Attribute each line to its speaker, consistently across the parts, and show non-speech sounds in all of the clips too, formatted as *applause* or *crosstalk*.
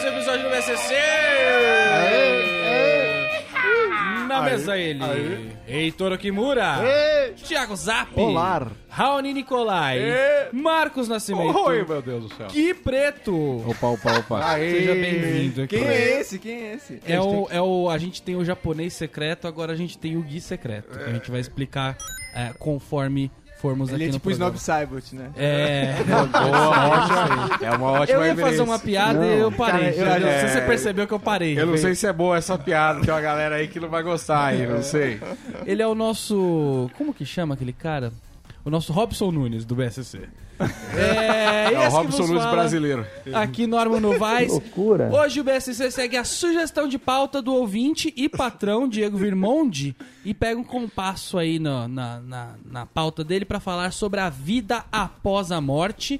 Speaker 1: pessoas um do BCC! Na
Speaker 2: Aê.
Speaker 1: mesa ele,
Speaker 2: Aê.
Speaker 1: Heitor Okimura, Thiago Zap,
Speaker 2: Olá.
Speaker 1: Raoni Nicolai,
Speaker 2: Aê.
Speaker 1: Marcos Nascimento,
Speaker 2: Oi, meu Deus do céu.
Speaker 1: Gui Preto.
Speaker 3: Opa, opa, opa.
Speaker 2: Aê.
Speaker 1: Seja bem-vindo aqui.
Speaker 2: Quem é esse?
Speaker 4: Quem é esse?
Speaker 1: É o, é o, a gente tem o japonês secreto, agora a gente tem o Gui secreto. que a gente vai explicar é, conforme formos
Speaker 4: Ele
Speaker 1: aqui
Speaker 4: é
Speaker 1: no
Speaker 4: tipo o
Speaker 1: programa.
Speaker 4: Snob Cybot, né?
Speaker 1: É,
Speaker 3: É uma ótima
Speaker 1: eu ia fazer
Speaker 3: referência.
Speaker 1: uma piada e eu parei.
Speaker 2: Cara, eu-
Speaker 1: entendeu?
Speaker 2: é.
Speaker 1: Se você percebeu que eu parei.
Speaker 2: Eu não sei se é boa essa piada, tem uma galera aí que não vai gostar aí, não sei.
Speaker 1: Ele é o nosso. Como que chama aquele cara? O nosso Robson Nunes do
Speaker 2: *laughs*
Speaker 1: BSC. É,
Speaker 2: É
Speaker 1: esse
Speaker 2: o
Speaker 1: que
Speaker 2: Robson
Speaker 1: vos
Speaker 2: Nunes
Speaker 1: fala.
Speaker 2: brasileiro.
Speaker 1: Aqui Norman Novaes. loucura. Hoje o BSC segue a sugestão de pauta do ouvinte e patrão Diego Virmonde e pega um compasso aí na, na, na, na pauta dele pra falar sobre a vida após a morte.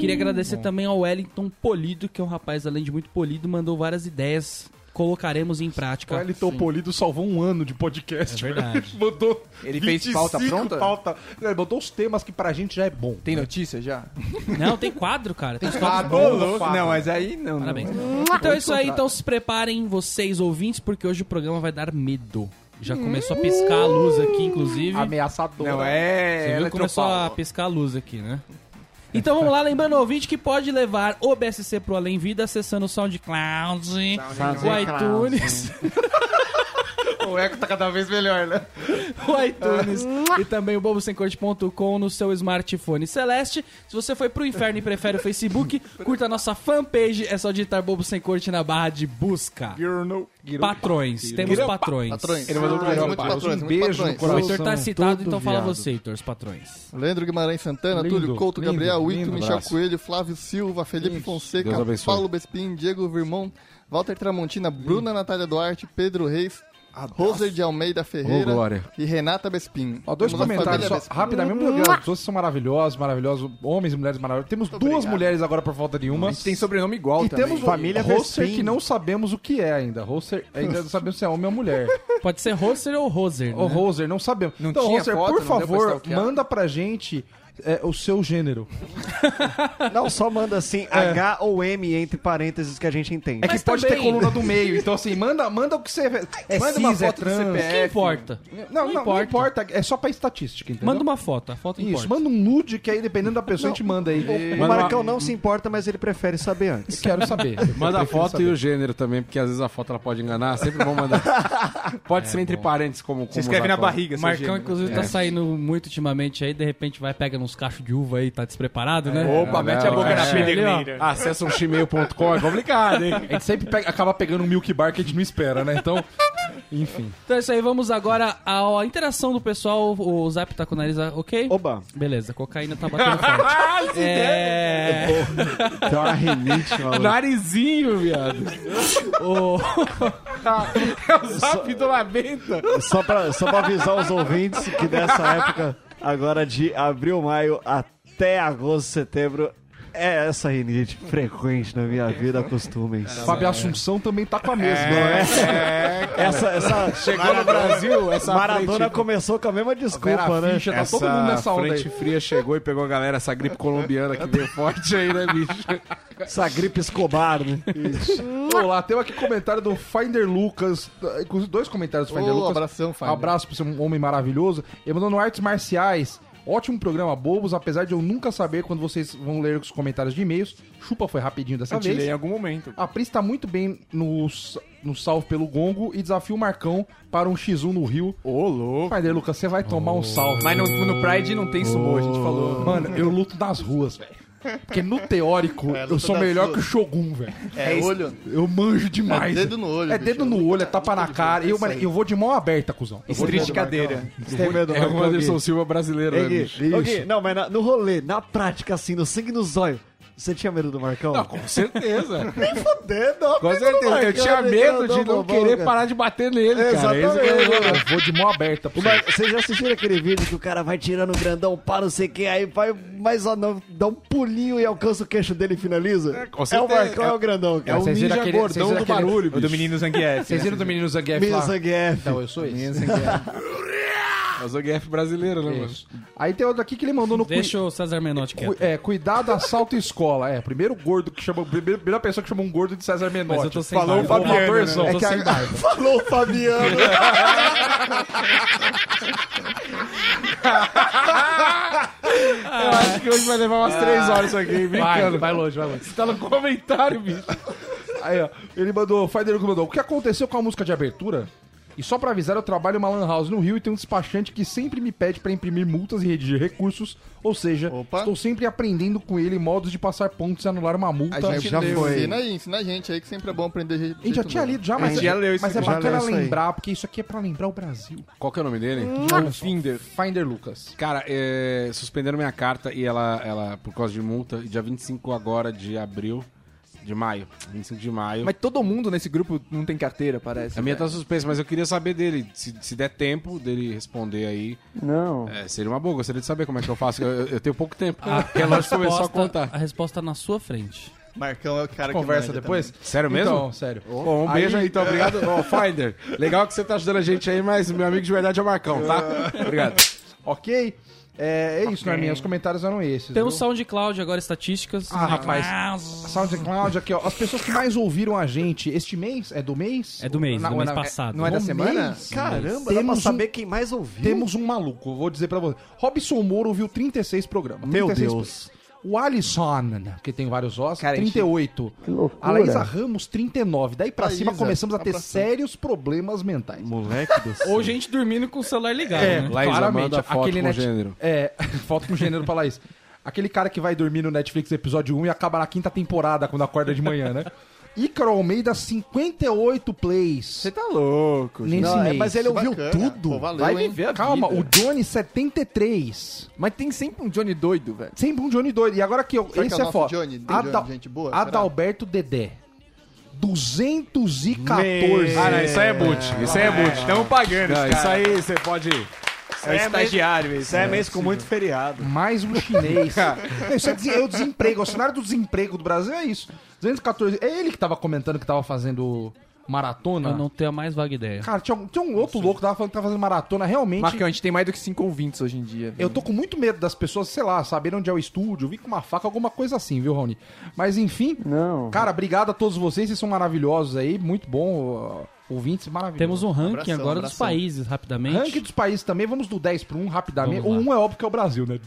Speaker 1: Queria agradecer também ao Wellington Polido, que é um rapaz, além de muito polido, mandou várias ideias. Colocaremos em prática.
Speaker 2: O Elton Polido salvou um ano de podcast.
Speaker 1: É
Speaker 2: velho. *laughs*
Speaker 1: verdade.
Speaker 2: Mandou
Speaker 4: Ele fez
Speaker 2: 25
Speaker 4: pauta pronta?
Speaker 2: pauta. Ele mandou os temas que pra gente já é bom.
Speaker 4: Tem notícia já?
Speaker 1: Não, tem quadro, cara. Tem história
Speaker 2: quadro. Ô, louco.
Speaker 4: Não, mas aí não.
Speaker 1: Parabéns.
Speaker 4: não.
Speaker 1: Então é isso aí, então se preparem vocês ouvintes, porque hoje o programa vai dar medo. Já começou a piscar a luz aqui, inclusive.
Speaker 2: Ameaçador.
Speaker 4: Não
Speaker 1: Você
Speaker 4: é.
Speaker 1: viu que começou a
Speaker 4: Eletropaulo.
Speaker 1: piscar a luz aqui, né? Então vamos lá, lembrando ao ouvinte que pode levar o BSC pro Além Vida acessando o SoundCloud, o iTunes,
Speaker 2: O eco tá cada vez melhor, né?
Speaker 1: *laughs* o iTunes e também o bobosemcorte.com no seu smartphone celeste. Se você foi pro inferno e prefere o Facebook, curta a nossa fanpage, é só digitar Bobo Sem Corte na barra de busca. Patrões, temos patrões.
Speaker 5: Patrões.
Speaker 2: Ele mandou
Speaker 5: Ah,
Speaker 2: pro João
Speaker 5: muito
Speaker 2: Paulo.
Speaker 5: patrões,
Speaker 2: Um
Speaker 5: muito
Speaker 2: beijo no
Speaker 5: patrões.
Speaker 1: O
Speaker 2: coração.
Speaker 1: Heitor tá
Speaker 3: São
Speaker 1: citado,
Speaker 3: todo
Speaker 1: então fala
Speaker 3: viado.
Speaker 1: você, Heitor, os patrões.
Speaker 5: Leandro Guimarães Santana,
Speaker 2: Lindo,
Speaker 5: Túlio Couto,
Speaker 2: lindo, um
Speaker 5: Gabriel Wito,
Speaker 2: lindo
Speaker 5: Michel
Speaker 2: braço.
Speaker 5: Coelho, Flávio Silva, Felipe Fonseca,
Speaker 3: Deus abençoe.
Speaker 5: Paulo Bespin, Diego Virmão, Walter Tramontina,
Speaker 2: Hum.
Speaker 5: Bruna Natália Duarte, Pedro Reis, Roser de Almeida Ferreira
Speaker 3: Ô, Glória.
Speaker 5: e Renata Bespin.
Speaker 2: Ó, dois
Speaker 5: Temos a
Speaker 2: comentários
Speaker 5: família
Speaker 2: só,
Speaker 5: Bespin.
Speaker 2: rapidamente. Meu Deus, vocês são maravilhosos, maravilhosos. Homens e mulheres maravilhosos. Temos duas
Speaker 5: obrigado.
Speaker 2: mulheres agora por falta de uma.
Speaker 4: A gente tem sobrenome igual
Speaker 2: E
Speaker 4: também.
Speaker 2: temos
Speaker 6: Família
Speaker 2: o Rosser
Speaker 6: Vespin.
Speaker 2: que não sabemos o que é ainda. Rosser, ainda não sabemos se é homem ou mulher.
Speaker 1: Pode ser Roser ou Roser,
Speaker 2: Ô,
Speaker 1: né?
Speaker 2: Roser, não sabemos.
Speaker 4: Não
Speaker 2: então,
Speaker 4: tinha
Speaker 2: Roser,
Speaker 4: foto,
Speaker 2: por
Speaker 4: não deu pra
Speaker 2: favor,
Speaker 4: stalkear.
Speaker 2: manda pra gente é, o seu gênero.
Speaker 6: Não, só manda assim, H ou M entre parênteses que a gente entende.
Speaker 2: É que
Speaker 1: Mas
Speaker 2: pode
Speaker 1: também-
Speaker 2: ter coluna do meio. Então, assim, manda, manda o que você. É
Speaker 4: Manda
Speaker 2: cis,
Speaker 4: uma
Speaker 2: é
Speaker 4: foto do
Speaker 2: trans.
Speaker 4: CPF.
Speaker 1: Que importa?
Speaker 2: Não, não, não
Speaker 1: importa.
Speaker 2: importa. É só pra estatística, entendeu?
Speaker 1: Manda uma foto, a foto
Speaker 2: Isso,
Speaker 1: importa.
Speaker 2: manda um nude que aí, dependendo da pessoa, a gente manda aí.
Speaker 6: O
Speaker 3: Manda
Speaker 6: Marcão não se importa, mas ele prefere saber antes.
Speaker 2: Quero saber.
Speaker 3: Manda a
Speaker 2: Eu prefiro
Speaker 3: foto
Speaker 2: saber.
Speaker 3: e o gênero também, porque às vezes a foto ela pode enganar, sempre
Speaker 2: *laughs*
Speaker 3: vão mandar. Pode
Speaker 2: É
Speaker 3: ser entre parênteses, como, como
Speaker 4: Você escreve na
Speaker 3: usar como.
Speaker 4: barriga, seu
Speaker 1: Marcão,
Speaker 4: gênero.
Speaker 1: inclusive, tá saindo muito ultimamente aí, de repente vai, pega nos cachos de uva aí, tá despreparado, né?
Speaker 4: Opa,
Speaker 3: É,
Speaker 4: mete
Speaker 3: não,
Speaker 4: a boca
Speaker 3: é.
Speaker 4: na
Speaker 3: É.
Speaker 4: pederneira.
Speaker 3: Acessa um gmail.com, é
Speaker 2: *laughs*
Speaker 3: complicado, hein?
Speaker 2: A gente sempre pega- acaba pegando um milk bar que a gente não espera, né? Então, enfim.
Speaker 1: Então é isso aí, vamos agora à interação do pessoal. O Zap tá com o nariz, ok?
Speaker 6: Oba,
Speaker 1: Beleza, cocaína tá batendo forte. é...
Speaker 6: tem uma rinite, maluco.
Speaker 3: Narizinho, viado.
Speaker 1: o...
Speaker 2: Tá
Speaker 3: Zap do Lamenta.
Speaker 6: Só pra, só pra avisar os ouvintes que nessa época, agora de abril, maio até agosto, setembro, é essa rinite frequente na minha vida, acostumem.
Speaker 2: Fábio Assunção também tá com a mesma, né?
Speaker 6: Essa, essa
Speaker 3: Chegou no Brasil, essa
Speaker 6: Maradona
Speaker 3: frente...
Speaker 6: começou com a mesma desculpa, né?
Speaker 2: Ficha, tá
Speaker 3: essa
Speaker 2: todo mundo nessa onda
Speaker 3: frente
Speaker 2: aí.
Speaker 3: fria chegou e pegou a galera, essa gripe colombiana que veio forte aí, né, bicho?
Speaker 6: Essa gripe escobar, né?
Speaker 2: Olá, tem um aqui comentário do Finder Lucas. Inclusive, dois comentários do Finder
Speaker 5: Ô,
Speaker 2: Lucas.
Speaker 5: abração, Finder.
Speaker 2: Abraço pra você, um homem maravilhoso. Ele mandou no Artes Marciais. Ótimo programa, bobos, apesar de eu nunca saber quando vocês vão ler os comentários de e-mails. Chupa foi rapidinho dessa
Speaker 4: Eu te
Speaker 2: vez.
Speaker 4: leio em algum momento.
Speaker 2: A Pri está muito bem no, s- no salve pelo gongo e desafio o Marcão para um X1 no Rio.
Speaker 4: Ô, louco.
Speaker 2: Finder Lucas, você vai tomar um salve.
Speaker 4: Mas no, no Pride não tem sumô, a gente falou.
Speaker 2: Mano, eu luto nas ruas, velho. Porque no teórico,
Speaker 5: É, luta
Speaker 2: eu sou
Speaker 5: das
Speaker 2: melhor
Speaker 5: ruas.
Speaker 2: que o Shogun, velho.
Speaker 5: É olho.
Speaker 2: Eu manjo demais.
Speaker 5: É dedo no olho,
Speaker 2: É
Speaker 5: bicho.
Speaker 2: dedo no olho, é tapa na cara. Eu, mano,
Speaker 5: aí.
Speaker 2: eu vou de mão aberta, cuzão. Eu vou de
Speaker 4: Street de cadeira.
Speaker 6: Você tem medo,
Speaker 3: É o
Speaker 6: Marcão, Gui?
Speaker 3: Anderson Silva brasileiro,
Speaker 6: Ei,
Speaker 3: né,
Speaker 6: Gui,
Speaker 3: bicho?
Speaker 6: ô, Gui, não, mas na- no rolê, na prática, assim, no sangue e nos olhos, você tinha medo do Marcão?
Speaker 3: Não,
Speaker 6: *laughs*
Speaker 3: com
Speaker 2: *laughs*
Speaker 3: certeza.
Speaker 6: Fudendo, ó,
Speaker 3: Com
Speaker 6: medo do
Speaker 3: certeza. Eu
Speaker 6: Marcão,
Speaker 3: tinha
Speaker 6: né,
Speaker 3: medo
Speaker 6: cara?
Speaker 3: de não
Speaker 6: bobão,
Speaker 3: querer
Speaker 6: cara.
Speaker 3: parar de bater nele, cara. Esse que é o
Speaker 6: Exatamente.
Speaker 3: negócio.
Speaker 2: Eu vou de mão aberta. Pra
Speaker 6: O Mar- Vocês já assistiram aquele vídeo que o cara vai tirando o grandão, pá, não sei quem, aí vai mais ou não, dá um pulinho e alcança o queixo dele e finaliza? É,
Speaker 3: com
Speaker 6: o
Speaker 3: certeza.
Speaker 6: Marcão, é, o grandão, cara.
Speaker 3: É o
Speaker 2: Vocês viram
Speaker 3: ninja
Speaker 2: aquele- vocês
Speaker 3: gordão
Speaker 2: viram
Speaker 3: do
Speaker 2: aquele-
Speaker 3: barulho,
Speaker 4: O do
Speaker 3: bicho.
Speaker 2: né?
Speaker 4: menino Zangief.
Speaker 2: Vocês viram do menino Zangief
Speaker 6: Minha
Speaker 2: lá?
Speaker 6: sangue é F.
Speaker 2: Então, eu sou esse.
Speaker 3: Mas o GF brasileiro, né, mano?
Speaker 2: Isso. Aí tem outro aqui que ele mandou no cu-
Speaker 1: Deixa o César Menotti
Speaker 2: cu-
Speaker 1: quieto.
Speaker 2: é, cuidado, assalto e escola. É, primeiro gordo que chamou. Primeira primeira pessoa que chamou um gordo de César Menotti.
Speaker 1: Mas eu tô sem
Speaker 2: Falou
Speaker 1: barba.
Speaker 2: o Fabiano.
Speaker 1: Eu
Speaker 2: Né?
Speaker 1: tô sem barba.
Speaker 2: *laughs*
Speaker 5: Falou, Fabiano.
Speaker 3: Eu acho que hoje vai levar umas três horas isso aqui, hein, brincando.
Speaker 2: vai longe, vai longe.
Speaker 3: Você tá no comentário, bicho.
Speaker 2: Aí, ó, ele mandou, o Faideiro mandou, o que aconteceu com a música de abertura? E só pra avisar, eu trabalho em uma lan house no Rio e tem um despachante que sempre me pede pra imprimir multas e redigir recursos, ou seja,
Speaker 5: Opa.
Speaker 2: estou sempre aprendendo com ele modos de passar pontos e anular uma multa.
Speaker 5: A gente
Speaker 6: já
Speaker 5: leu. né?
Speaker 6: foi.
Speaker 5: Ensina aí, ensina a gente aí que sempre é bom aprender jeito
Speaker 2: é A gente já tinha
Speaker 5: novo.
Speaker 2: lido já,
Speaker 6: A
Speaker 2: mas,
Speaker 6: gente já leu isso
Speaker 2: mas é
Speaker 6: aqui, já
Speaker 2: bacana
Speaker 6: leu isso aí.
Speaker 2: lembrar, porque isso aqui é pra lembrar o Brasil.
Speaker 3: Qual que é o nome dele?
Speaker 2: Hum. Finder. Finder Lucas.
Speaker 3: Cara, é, suspenderam minha carta e ela, ela, por causa de multa, dia 25 agora de abril, de maio, 25 de maio.
Speaker 4: Mas todo mundo nesse grupo não tem carteira, parece.
Speaker 3: a minha
Speaker 4: cara.
Speaker 3: tá suspensa, mas eu queria saber dele, se, se der tempo dele responder aí.
Speaker 6: Não.
Speaker 3: É, seria uma boa, gostaria de saber como é que eu faço, eu, eu tenho pouco tempo, porque ela começou a contar.
Speaker 1: a resposta tá na sua frente.
Speaker 5: Marcão é o cara
Speaker 2: tá- Conversa
Speaker 5: que manja
Speaker 2: depois?
Speaker 3: Sério mesmo?
Speaker 2: Então, sério.
Speaker 3: Bom, um beijo aí,
Speaker 2: *laughs*
Speaker 3: então, obrigado. Ó, Finder, legal que você tá ajudando a gente aí, mas meu amigo de verdade é o Marcão, tá? Obrigado.
Speaker 2: Ok? É, é isso, Norminha. Os comentários eram esses.
Speaker 1: Tem um
Speaker 2: viu?
Speaker 1: SoundCloud agora, estatísticas.
Speaker 2: Ah, rapaz.
Speaker 1: Ah,
Speaker 2: SoundCloud aqui, ó. As pessoas que mais ouviram a gente este mês, é do mês?
Speaker 1: É do mês,
Speaker 2: Na-
Speaker 1: do mês
Speaker 2: na-
Speaker 1: passado.
Speaker 2: Não é da
Speaker 5: No
Speaker 2: semana?
Speaker 5: mês?
Speaker 6: Caramba, dá pra
Speaker 2: Temos um-
Speaker 6: saber quem mais ouviu.
Speaker 2: Temos um maluco, eu vou dizer pra você. Robson Moro ouviu 36 programas.
Speaker 6: Meu
Speaker 2: 36
Speaker 6: Deus.
Speaker 2: O Alisson, que tem vários ossos,
Speaker 4: Cara,
Speaker 2: 38. Que
Speaker 7: loucura.
Speaker 2: A Laísa Ramos, 39. Daí pra
Speaker 5: Laísa,
Speaker 2: cima começamos a
Speaker 5: tá
Speaker 2: ter
Speaker 5: pra cima.
Speaker 2: sérios problemas mentais.
Speaker 6: Moleque do céu.
Speaker 1: Ou gente dormindo com o celular ligado, né?
Speaker 3: Laísa, manda foto com
Speaker 2: net-
Speaker 3: gênero.
Speaker 2: É, *laughs* foto com gênero pra Laís. Aquele cara que vai dormir no Netflix episódio 1 e acaba na quinta temporada quando acorda de manhã, né? Ícaro Almeida, 58 plays
Speaker 4: Você tá louco. gente.
Speaker 2: nesse
Speaker 6: Não, é,
Speaker 2: mês.
Speaker 6: mas ele ouviu
Speaker 5: Bacana.
Speaker 6: tudo.
Speaker 5: Pô, valeu,
Speaker 4: Vai
Speaker 5: hein?
Speaker 4: viver a
Speaker 2: Calma,
Speaker 4: vida.
Speaker 2: o Johnny, 73.
Speaker 4: Mas tem sempre um Johnny doido, velho.
Speaker 2: Sempre um Johnny doido. E agora aqui, ó,
Speaker 5: que
Speaker 2: esse
Speaker 5: é o
Speaker 2: é,
Speaker 5: nosso
Speaker 2: foda.
Speaker 5: Johnny? Tem
Speaker 2: Adal-
Speaker 5: Johnny, gente boa, será?
Speaker 2: Adalberto Dedé. 214.
Speaker 3: Ah, não, isso aí é boot, isso aí é boot.
Speaker 4: Estamos pagando,
Speaker 3: Não,
Speaker 4: esse
Speaker 3: isso
Speaker 4: cara.
Speaker 3: aí você pode...
Speaker 4: É estagiário esse.
Speaker 6: Isso é mês com muito feriado.
Speaker 2: Mais um *laughs* chinês. Não, isso é, des- é o desemprego. O cenário do desemprego do Brasil é isso. 214. É ele que tava comentando que tava fazendo maratona.
Speaker 1: Eu não tenho a mais vaga ideia.
Speaker 2: Cara, tinha um, tinha um outro louco que tava falando que tava fazendo maratona. Realmente,
Speaker 4: Marcão, a gente tem mais do que cinco ouvintes hoje em dia.
Speaker 2: eu tô com muito medo das pessoas, sei lá, saberem onde é o estúdio, vir com uma faca, alguma coisa assim, viu, Rony? Mas enfim,
Speaker 7: Não.
Speaker 2: cara, obrigado a todos vocês. Vocês são maravilhosos aí. Muito bom. ó, Ouvintes maravilhosos.
Speaker 1: Temos um ranking
Speaker 5: Abração,
Speaker 1: agora dos
Speaker 5: abração.
Speaker 1: países, rapidamente.
Speaker 2: Ranking dos países também, vamos do 10 pro 1 rapidamente. O
Speaker 1: Vamos lá.
Speaker 2: 1 é óbvio que é o Brasil, né?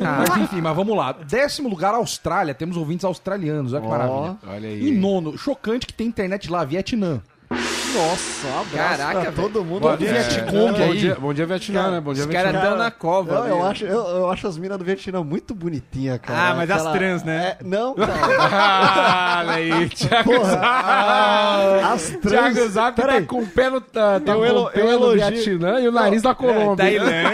Speaker 2: mas enfim, mas vamos lá. Décimo lugar, Austrália. Temos ouvintes australianos, olha que maravilha.
Speaker 3: Olha aí.
Speaker 2: E nono, chocante que tem internet lá, Vietnã.
Speaker 4: Caraca,
Speaker 6: Pra Tá todo mundo
Speaker 3: Bom
Speaker 6: ouviu.
Speaker 3: dia,
Speaker 2: Vietcong
Speaker 3: Bom
Speaker 2: aí.
Speaker 3: dia, bom dia Vietnã, né? Bom dia,
Speaker 4: Os
Speaker 3: Vietnã.
Speaker 4: caras estão na cova.
Speaker 6: Não, eu,
Speaker 4: velho.
Speaker 6: acho, eu, eu acho as minas do Vietnã muito bonitinha, cara.
Speaker 4: Ah, mas as trans, né?
Speaker 6: É,
Speaker 3: *laughs*
Speaker 6: não, cara.
Speaker 3: Ah, aí, Thiago
Speaker 6: Porra.
Speaker 3: Zap.
Speaker 6: As trans.
Speaker 3: Thiago Zap tá
Speaker 6: Peraí.
Speaker 3: com o pé no, tá, tá
Speaker 6: Eu
Speaker 3: com
Speaker 6: elo-
Speaker 3: o pé
Speaker 6: eu
Speaker 3: no
Speaker 6: elogio. é,
Speaker 3: Vietnã e o nariz da Colômbia.
Speaker 4: Tailândia.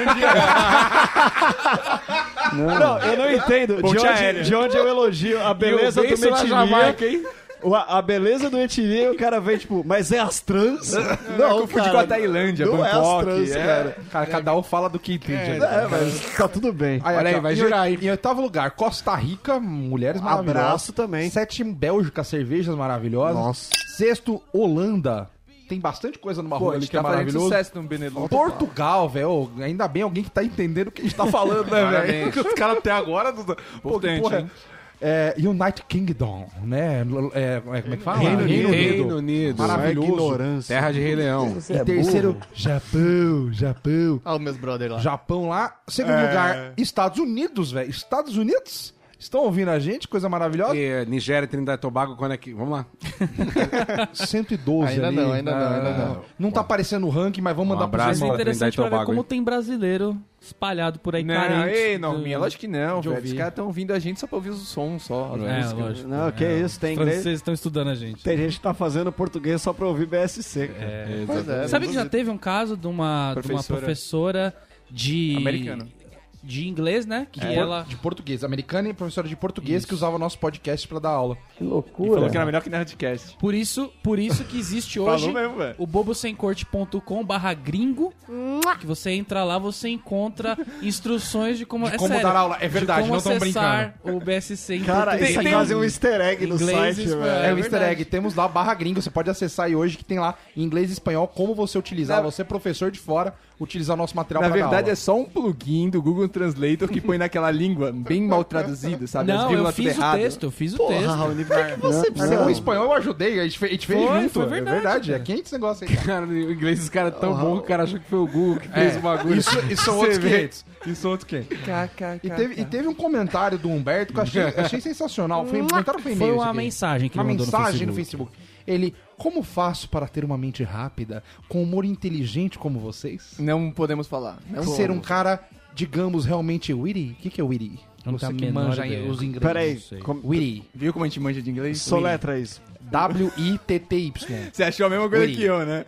Speaker 6: Não, eu não entendo. De
Speaker 4: Ponte
Speaker 6: onde,
Speaker 4: aérea.
Speaker 6: de onde eu elogio a beleza do
Speaker 3: beijo na
Speaker 6: metinia.
Speaker 3: Jamaica, hein?
Speaker 6: o- A beleza do etnia e o cara vem, tipo, mas é as trans? Não,
Speaker 4: Confundi com a Tailândia,
Speaker 6: não é as
Speaker 4: Bangkok,
Speaker 6: trans,
Speaker 4: é.
Speaker 6: cara.
Speaker 2: Cara, cada um fala do que entende. né?
Speaker 6: É, mas tá tudo bem.
Speaker 3: Olha aí,
Speaker 2: ó,
Speaker 3: vai
Speaker 2: em
Speaker 3: girar,
Speaker 2: oit- Em oitavo lugar, Costa Rica, mulheres maravilhosas.
Speaker 6: Abraço também.
Speaker 2: Sétimo, Bélgica, cervejas maravilhosas.
Speaker 6: Nossa.
Speaker 2: Sexto, Holanda. Tem bastante coisa numa
Speaker 4: Pô,
Speaker 2: rua
Speaker 4: a
Speaker 2: ali
Speaker 4: gente
Speaker 2: que é
Speaker 4: tá fazendo
Speaker 2: maravilhoso.
Speaker 4: sucesso no Benelux.
Speaker 2: Portugal, velho. Ainda bem alguém que tá entendendo o que a gente tá falando, né, *laughs* velho? Os caras até agora. Pô, que
Speaker 3: Importante,
Speaker 2: porra.
Speaker 3: hein?
Speaker 2: É, United Kingdom, né? É, é, como é que fala?
Speaker 3: Reino, Unido. Reino
Speaker 2: Unido.
Speaker 3: Unido.
Speaker 5: é
Speaker 2: Maravilhoso.
Speaker 6: ignorância.
Speaker 3: Terra de Rei Leão.
Speaker 7: Você é
Speaker 2: E terceiro,
Speaker 7: burro.
Speaker 2: Japão, Japão.
Speaker 5: Ah, os meus brother lá.
Speaker 2: Japão lá. Segundo lugar, Estados Unidos, velho. Estados Unidos? Estão ouvindo a gente? Coisa maravilhosa.
Speaker 3: E, Nigéria, Trinidad e Tobago, quando é que... Vamos lá. *laughs*
Speaker 2: 112
Speaker 5: Ainda
Speaker 2: ali.
Speaker 5: não, ainda não, ainda
Speaker 2: Ah,
Speaker 5: não.
Speaker 2: Não tá aparecendo o ranking, mas vamos
Speaker 3: Um
Speaker 2: mandar
Speaker 1: Mas
Speaker 3: abraço.
Speaker 1: é
Speaker 3: Irmão,
Speaker 1: interessante
Speaker 3: Trinidad e
Speaker 1: pra ver
Speaker 3: Tobago,
Speaker 1: como
Speaker 3: hein?
Speaker 1: tem brasileiro espalhado por Tá aí,
Speaker 4: Não,
Speaker 1: carente.
Speaker 4: ei,
Speaker 1: do-
Speaker 4: Norminha, lógico que não,
Speaker 2: de
Speaker 4: velho.
Speaker 2: ouvir.
Speaker 4: Os caras estão ouvindo a gente só pra ouvir o som, só. as
Speaker 1: É,
Speaker 4: músicas.
Speaker 1: lógico.
Speaker 6: Não, que isso, tem
Speaker 1: Os
Speaker 6: inglês.
Speaker 1: franceses estão estudando a gente.
Speaker 6: Tem gente que tá fazendo português só pra ouvir BSC. cara.
Speaker 5: Pois é,
Speaker 1: Sabe que já
Speaker 5: bonito.
Speaker 1: teve um caso de uma de uma
Speaker 4: Professora.
Speaker 1: professora de...
Speaker 4: Americana.
Speaker 1: De inglês, né? Que ela...
Speaker 2: É. De português. Americana e professora de português
Speaker 1: Isso.
Speaker 2: que usava o nosso podcast pra dar aula.
Speaker 7: Que
Speaker 4: Falou
Speaker 7: loucura.
Speaker 4: que era melhor que Nerdcast.
Speaker 1: Por isso, por isso que existe hoje
Speaker 4: Falou mesmo, velho.
Speaker 1: o bobosemcorte.com barra gringo, que você entra lá, você encontra instruções de como...
Speaker 2: De
Speaker 1: é
Speaker 2: como
Speaker 1: sério,
Speaker 2: dar aula. É verdade,
Speaker 1: de como
Speaker 2: não tão
Speaker 1: acessar o BSC em
Speaker 6: Cara,
Speaker 1: português.
Speaker 6: isso é quase um easter egg no
Speaker 1: Inglês,
Speaker 6: site,
Speaker 1: espanhol.
Speaker 6: velho.
Speaker 2: É,
Speaker 1: É
Speaker 2: o easter
Speaker 1: verdade.
Speaker 2: egg. Temos lá barra gringo. Você pode acessar aí hoje que tem lá em inglês e espanhol como você utilizar. Você, é professor de fora, utilizar nosso material
Speaker 4: Na
Speaker 2: pra dar
Speaker 4: verdade,
Speaker 2: aula.
Speaker 4: é só um plugin do Google Translator que põe naquela língua bem mal traduzida, sabe? As
Speaker 1: Não, eu
Speaker 4: vírgulas tudo
Speaker 1: fiz o
Speaker 4: errado.
Speaker 1: texto, eu fiz o
Speaker 6: Porra,
Speaker 1: texto.
Speaker 6: Raoni, por que que você
Speaker 2: Você é um
Speaker 6: precisa...
Speaker 2: espanhol, eu ajudei, a gente fez, a gente fez
Speaker 1: assim, né? Foi,
Speaker 2: junto.
Speaker 1: foi verdade,
Speaker 2: é verdade,
Speaker 1: cara.
Speaker 2: é quente esse negócio aí.
Speaker 3: Cara, o inglês dos caras é tão bom que o cara achou que foi o Google que fez o bagulho.
Speaker 2: Isso, isso são outros
Speaker 3: vê.
Speaker 2: quentes. Isso são outros quentes. E teve, e teve um comentário do Humberto que eu achei, achei sensacional. Foi, um comentário
Speaker 1: Foi
Speaker 2: foi, e-mail isso
Speaker 1: uma
Speaker 2: aqui.
Speaker 1: mensagem que
Speaker 2: uma
Speaker 1: ele mandou
Speaker 2: mensagem
Speaker 1: no
Speaker 2: no Facebook. Ele, como faço para ter uma mente rápida, com humor inteligente como vocês?
Speaker 4: Não podemos falar. Não
Speaker 2: Ser um
Speaker 4: podemos.
Speaker 2: cara, digamos, realmente witty? O que, que é witty?
Speaker 1: Eu não
Speaker 2: Você
Speaker 1: tenho a
Speaker 2: que
Speaker 1: menor
Speaker 2: manja
Speaker 1: ideia.
Speaker 2: os ingleses.
Speaker 6: Peraí,
Speaker 1: sei.
Speaker 6: como-
Speaker 2: Witty.
Speaker 4: Viu como a gente manja de inglês?
Speaker 6: soletra isso.
Speaker 2: W-I-T-T-Y.
Speaker 4: Você achou a mesma coisa
Speaker 2: Ui.
Speaker 4: que eu, né?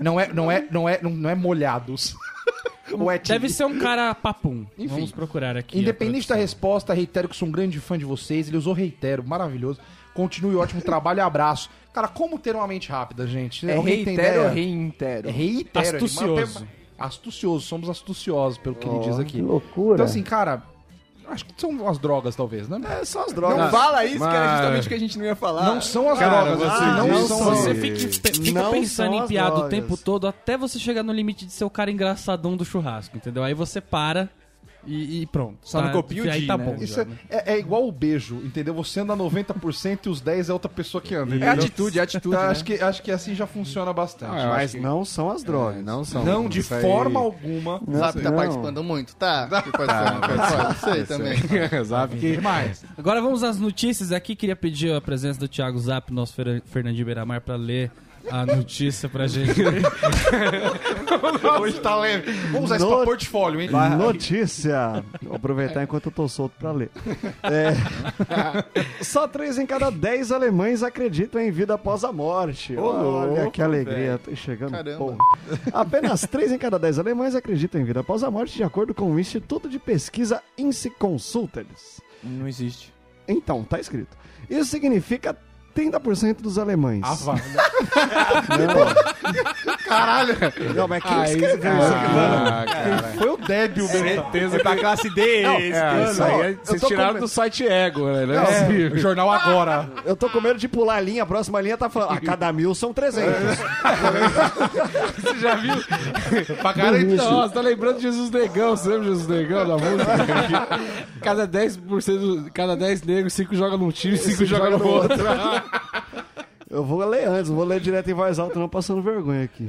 Speaker 2: Não é, não é, não é, não, não é molhados. *laughs* Ou é
Speaker 1: Deve ser um cara papum.
Speaker 2: Enfim.
Speaker 1: Vamos procurar aqui. a
Speaker 2: Independente
Speaker 1: produção.
Speaker 2: da resposta, reitero que sou um grande fã de vocês. Ele usou reitero, maravilhoso. Continue o ótimo trabalho e abraço. Cara, como ter uma mente rápida, gente?
Speaker 4: É
Speaker 2: Alguém tem
Speaker 4: reitero ou
Speaker 2: ideia?
Speaker 4: reitero?
Speaker 2: É reitero.
Speaker 1: Astucioso.
Speaker 2: ele- Astucioso, somos astuciosos, pelo que ele diz aqui.
Speaker 6: Que loucura.
Speaker 2: Então, assim, cara, acho que são as drogas, talvez, né?
Speaker 6: é só as
Speaker 4: Não
Speaker 6: drogas.
Speaker 4: fala isso, que era
Speaker 3: Mas-
Speaker 4: justamente o que a gente não ia falar.
Speaker 2: Não são as
Speaker 3: Cara,
Speaker 2: drogas,
Speaker 3: você
Speaker 2: assim, não,
Speaker 6: disse-
Speaker 2: são.
Speaker 1: Se
Speaker 6: Não
Speaker 1: você
Speaker 6: são-
Speaker 1: fica, fica
Speaker 6: não
Speaker 1: pensando
Speaker 6: são
Speaker 1: em
Speaker 6: as
Speaker 1: piada o
Speaker 6: drogas.
Speaker 1: tempo todo até você chegar no limite de ser o cara engraçadão do churrasco, entendeu? Aí você para e, e pronto.
Speaker 4: Só não copia o
Speaker 1: Aí
Speaker 4: Di,
Speaker 1: tá
Speaker 4: né?
Speaker 1: bom.
Speaker 2: Isso
Speaker 1: já,
Speaker 2: é,
Speaker 1: né?
Speaker 2: é- é igual o beijo, entendeu? Você anda 90% e os 10 é outra pessoa que anda.
Speaker 4: É
Speaker 2: entendeu?
Speaker 4: atitude, é atitude.
Speaker 2: Tá,
Speaker 4: né?
Speaker 2: acho, que, acho que assim já funciona bastante.
Speaker 3: Ah, eu
Speaker 6: Mas
Speaker 3: acho que-
Speaker 6: É, não são as drogas.
Speaker 3: Não são. *laughs*
Speaker 2: não, de
Speaker 3: Isso aí-
Speaker 2: forma alguma.
Speaker 5: Zap tá
Speaker 6: não.
Speaker 5: participando muito, tá? Que participando, participando, sei também.
Speaker 3: Sabe que...
Speaker 2: Demais.
Speaker 1: Agora vamos às notícias aqui. Queria pedir a presença do Thiago Zap, nosso Fer- Fernandinho Beiramar, pra ler a notícia pra gente.
Speaker 3: *laughs*
Speaker 2: Hoje tá leve. Vamos usar isso
Speaker 6: No-
Speaker 2: pra portfólio, hein?
Speaker 6: Notícia! Vou aproveitar enquanto eu tô solto pra ler.
Speaker 3: *laughs*
Speaker 6: É, Só três em cada dez alemães acreditam em vida após a morte. Olha que alegria, tô chegando.
Speaker 5: Caramba.
Speaker 6: porra. Apenas três em cada dez alemães acreditam em vida após a morte, de acordo com o Instituto de Pesquisa Inse Consultants.
Speaker 4: Não existe.
Speaker 6: Então, tá escrito. Isso significa 30% dos alemães.
Speaker 2: Ah,
Speaker 6: *laughs*
Speaker 2: vá.
Speaker 6: Não, mas quem escreveu isso aqui?
Speaker 3: Ah, cara.
Speaker 2: Foi o débil, meu.
Speaker 4: Certeza que a classe D.
Speaker 3: É, isso aí é- vocês tiraram do site Ego, né? Não é possível.
Speaker 2: O jornal agora.
Speaker 6: Eu tô com medo de pular a linha, a próxima linha tá falando. A cada mil são 300.
Speaker 3: *laughs* Você já viu? pra garantir. Nossa, tá lembrando de Jesus Negão, você lembra de Jesus Negão da música? cada 10%, do- cada 10 negros, 5 joga num time e 5
Speaker 2: é
Speaker 3: joga no outro.
Speaker 6: Eu vou ler antes, não vou ler direto em voz alta, não passando vergonha aqui.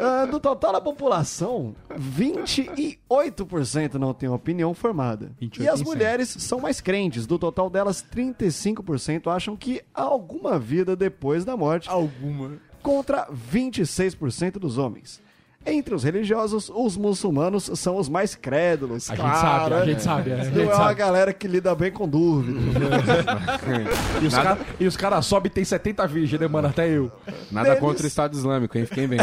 Speaker 6: Ah, do total da população, 28% não tem opinião formada. E as mulheres são mais crentes. Do total delas, 35% acham que há alguma vida depois da morte,
Speaker 4: Alguma.
Speaker 6: contra 26% dos homens. Entre os religiosos, os muçulmanos são os mais crédulos.
Speaker 2: A gente
Speaker 6: claro,
Speaker 2: sabe, a
Speaker 6: né?
Speaker 2: gente sabe. A
Speaker 6: Não é
Speaker 2: gente
Speaker 6: uma
Speaker 2: sabe.
Speaker 6: galera que lida bem com dúvida.
Speaker 2: E os cara- E os caras sobem e tem 70 virgens, né, mano? Até eu.
Speaker 3: Nada contra o Estado Islâmico, hein? Fiquem bem.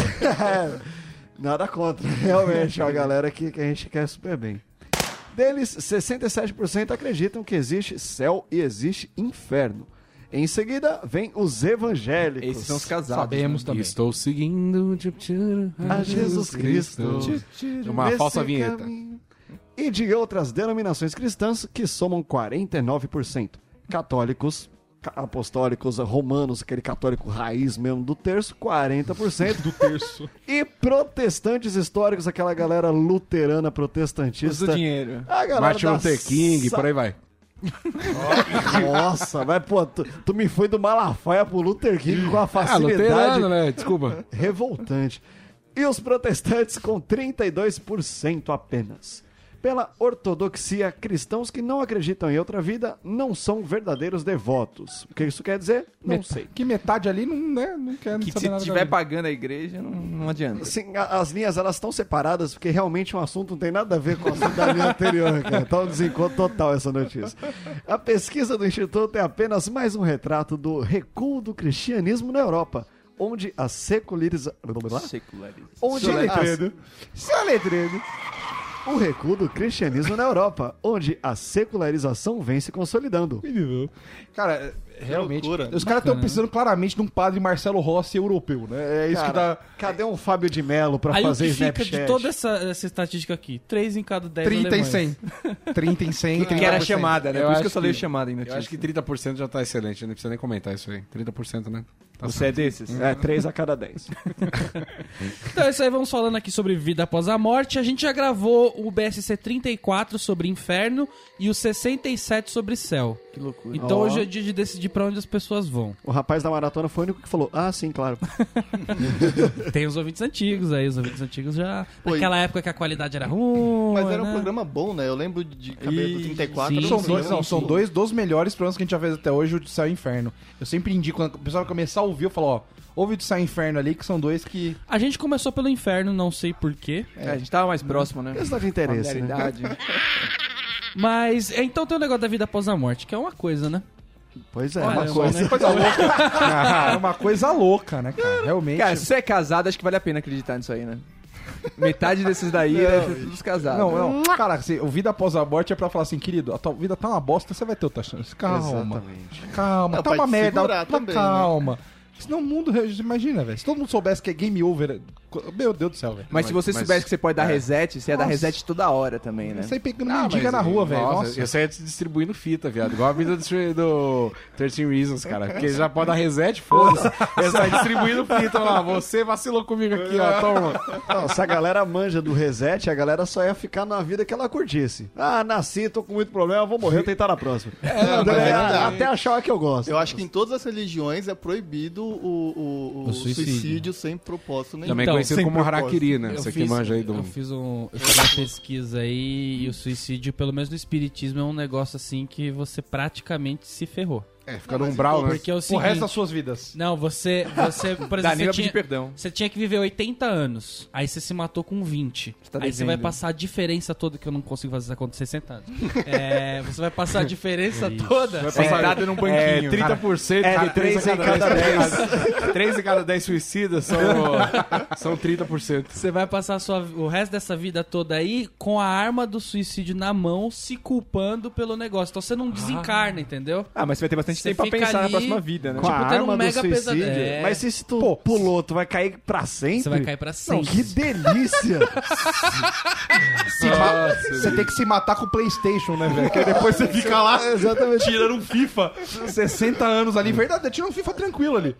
Speaker 6: Nada contra, *laughs* realmente. É uma galera que, que a gente quer super bem. Deles, 67% acreditam que existe céu e existe inferno. Em seguida, vem os evangélicos.
Speaker 4: Esses são os casados. né?
Speaker 2: Sabemos também.
Speaker 3: Estou seguindo
Speaker 6: a Jesus Cristo.
Speaker 3: Uma
Speaker 6: Nesse
Speaker 3: falsa vinheta.
Speaker 6: caminho. E de outras denominações cristãs que somam 49%. Católicos, ca- apostólicos, romanos, aquele católico raiz mesmo do terço, 40%.
Speaker 2: Do terço.
Speaker 6: E protestantes históricos, aquela galera luterana
Speaker 4: Os do
Speaker 6: protestantista.
Speaker 4: dinheiro.
Speaker 6: A galera
Speaker 3: Martin
Speaker 6: da
Speaker 3: Luther King,
Speaker 6: sa-
Speaker 3: por aí vai.
Speaker 6: Nossa, vai, pô, tu, tu me foi do Malafaia pro Luther
Speaker 3: *laughs*
Speaker 6: King com a
Speaker 3: Ah,
Speaker 6: facilidade
Speaker 3: luterano, né? Desculpa.
Speaker 6: revoltante. E os protestantes com 32% apenas. Pela ortodoxia, cristãos que não acreditam em outra vida não são verdadeiros devotos. O que isso quer dizer? Não sei.
Speaker 2: Que metade ali não, né, não quer
Speaker 4: Que
Speaker 2: saber
Speaker 4: se
Speaker 2: nada
Speaker 4: tiver
Speaker 2: da vida.
Speaker 4: pagando a igreja, não, não adianta.
Speaker 6: Assim, a- as linhas elas estão separadas porque realmente um assunto não tem nada a ver com o assunto da linha anterior, cara. Tá um desencontro total essa notícia. A pesquisa do Instituto é apenas mais um retrato do recuo do cristianismo na Europa, onde a secularização.
Speaker 4: Secularismo.
Speaker 6: Onde
Speaker 4: Soletredo.
Speaker 6: a- Soletredo. O recuo do cristianismo na Europa, onde a secularização vem se consolidando.
Speaker 2: Cara, é, realmente. Os caras estão precisando claramente de um padre Marcelo Rossi europeu, né? É isso
Speaker 6: Cara,
Speaker 2: que dá.
Speaker 6: cadê um Fábio de Mello pra
Speaker 1: Aí o
Speaker 6: fazer
Speaker 1: que fica
Speaker 6: Snapchat?
Speaker 1: de toda essa, essa estatística aqui? 3 em cada 10
Speaker 2: 30 em
Speaker 1: É alemães.
Speaker 2: 100. 30 em 100.
Speaker 4: Que era a chamada, né?
Speaker 3: Eu
Speaker 4: Por isso que eu
Speaker 3: acho
Speaker 4: só leio
Speaker 3: que-
Speaker 4: chamada ainda.
Speaker 3: Eu acho que 30% já tá excelente, não precisa nem comentar isso aí. 30%, né?
Speaker 4: Você é desses?
Speaker 6: É, 3 a cada 10.
Speaker 1: Então é isso aí, vamos falando aqui sobre vida após a morte. A gente já gravou o BSC 34 sobre inferno e o 67 sobre céu.
Speaker 5: Que loucura.
Speaker 1: Então
Speaker 6: Ó.
Speaker 1: hoje é dia de decidir pra onde as pessoas vão.
Speaker 6: O rapaz da maratona foi o único que falou: Ah, sim, claro.
Speaker 1: Tem os ouvintes antigos aí, os ouvintes antigos já.
Speaker 5: Pô,
Speaker 1: Naquela época que a qualidade era ruim.
Speaker 5: Mas era um
Speaker 1: né?
Speaker 5: programa bom, né? Eu lembro de Cabelo do 34.
Speaker 1: sim,
Speaker 5: era um
Speaker 2: São
Speaker 1: sim, é
Speaker 2: dois,
Speaker 5: programa
Speaker 2: não, são
Speaker 5: muito
Speaker 2: dois dos melhores programas que a gente já fez até hoje, o de Céu e Inferno. Eu sempre indico, quando o pessoal começar a ouvir, eu falo, ó, ouve o de Céu e Inferno ali, que são dois que...
Speaker 1: A gente começou pelo inferno, não sei porquê.
Speaker 4: É, a gente tava mais próximo, né?
Speaker 6: Questão de interesse, né?
Speaker 4: Familiaridade.
Speaker 1: Mas é, então tem o negócio da vida após a morte, que é uma coisa, né?
Speaker 6: Pois é,
Speaker 1: Olha
Speaker 6: uma
Speaker 1: só,
Speaker 6: coisa.
Speaker 1: né?
Speaker 2: Coisa louca. *laughs* é uma coisa louca, né, cara? Realmente.
Speaker 4: Cara, se você é casado, acho que vale a pena acreditar nisso aí, né? Metade desses daí é dos casados.
Speaker 2: não, não. Cara, assim, o Vida Após a Morte é pra falar assim, querido, a tua vida tá uma bosta, você vai ter outra chance. Calma,
Speaker 6: Exatamente.
Speaker 2: calma,
Speaker 5: Não,
Speaker 2: tá
Speaker 5: pra
Speaker 2: uma
Speaker 5: te
Speaker 2: merda,
Speaker 5: segurar
Speaker 2: mas
Speaker 5: também,
Speaker 2: calma. Senão o mundo, imagina, velho, se todo mundo soubesse que é game over, meu Deus do céu, velho.
Speaker 4: Mas se você soubesse que você pode dar reset, você ia dar reset toda hora também, né?
Speaker 2: Isso aí pegando mendiga na rua, velho. Ah, Nossa,
Speaker 3: eu saía distribuindo fita, viado. Igual a vida do, do 13 Reasons, cara. Porque ele já pode dar reset, foda-se. Eu saía distribuindo fita lá. Você vacilou comigo aqui, ó. Toma.
Speaker 6: Não, se a galera manja do reset, a galera só ia ficar na vida que ela curtisse. Ah, nasci, tô com muito problema, vou morrer, vou tentar na próxima. É, até achar o que eu gosto.
Speaker 5: Eu acho que em todas as religiões é proibido o, o- o
Speaker 1: O suicídio.
Speaker 5: suicídio. sem propósito nenhum.
Speaker 3: Também
Speaker 1: Então,
Speaker 3: conhecido
Speaker 1: sem
Speaker 3: como Harakiri, né? Você que manja aí
Speaker 1: eu
Speaker 3: do.
Speaker 1: fiz um, eu fiz uma pesquisa aí e o suicídio, pelo menos no espiritismo, é um negócio assim que você praticamente se ferrou.
Speaker 3: É, fica no umbral, né?
Speaker 1: Porque é o
Speaker 2: o
Speaker 1: seguinte,
Speaker 2: resto das suas vidas.
Speaker 1: não, você, você, por exemplo,
Speaker 4: Danilo
Speaker 1: você
Speaker 4: vai pedir
Speaker 1: tinha,
Speaker 4: perdão.
Speaker 1: você tinha que viver 80 anos, aí você se matou com 20.
Speaker 4: tá
Speaker 1: aí você vai
Speaker 4: devendo.
Speaker 1: passar a diferença toda, que eu não consigo fazer essa conta de 60 anos. É, você vai passar a
Speaker 6: *laughs* É
Speaker 1: diferença toda.
Speaker 4: Sentado num
Speaker 3: É,
Speaker 4: banquinho.
Speaker 3: 30%.
Speaker 4: É,
Speaker 3: cara,
Speaker 4: de três
Speaker 3: três
Speaker 4: em cada
Speaker 3: 10. 3 em cada 10 suicidas são, são 30%.
Speaker 1: Você vai passar a sua- o resto dessa vida toda aí com a arma do suicídio na mão, se culpando pelo negócio. Então você
Speaker 6: Ah.
Speaker 1: não desencarna, entendeu?
Speaker 4: Ah, mas você vai ter bastante
Speaker 1: Você
Speaker 4: tempo pra
Speaker 1: fica
Speaker 4: pensar na
Speaker 1: ali-
Speaker 4: próxima vida, né?
Speaker 6: Com a
Speaker 1: tipo, tendo um
Speaker 6: arma do
Speaker 1: mega
Speaker 6: suicídio.
Speaker 1: pesadelo. É.
Speaker 6: Mas se, se tu
Speaker 2: Pô,
Speaker 6: pulou, tu vai cair pra sempre?
Speaker 1: Você vai cair pra
Speaker 6: Não,
Speaker 1: sempre.
Speaker 6: que delícia!
Speaker 2: Se ma- *laughs* Você tem que se matar com o Playstation, né, velho? Porque depois você fica *laughs* lá
Speaker 6: Exatamente.
Speaker 2: tirando um FIFA 60 anos ali. Verdade, tira um FIFA tranquilo ali.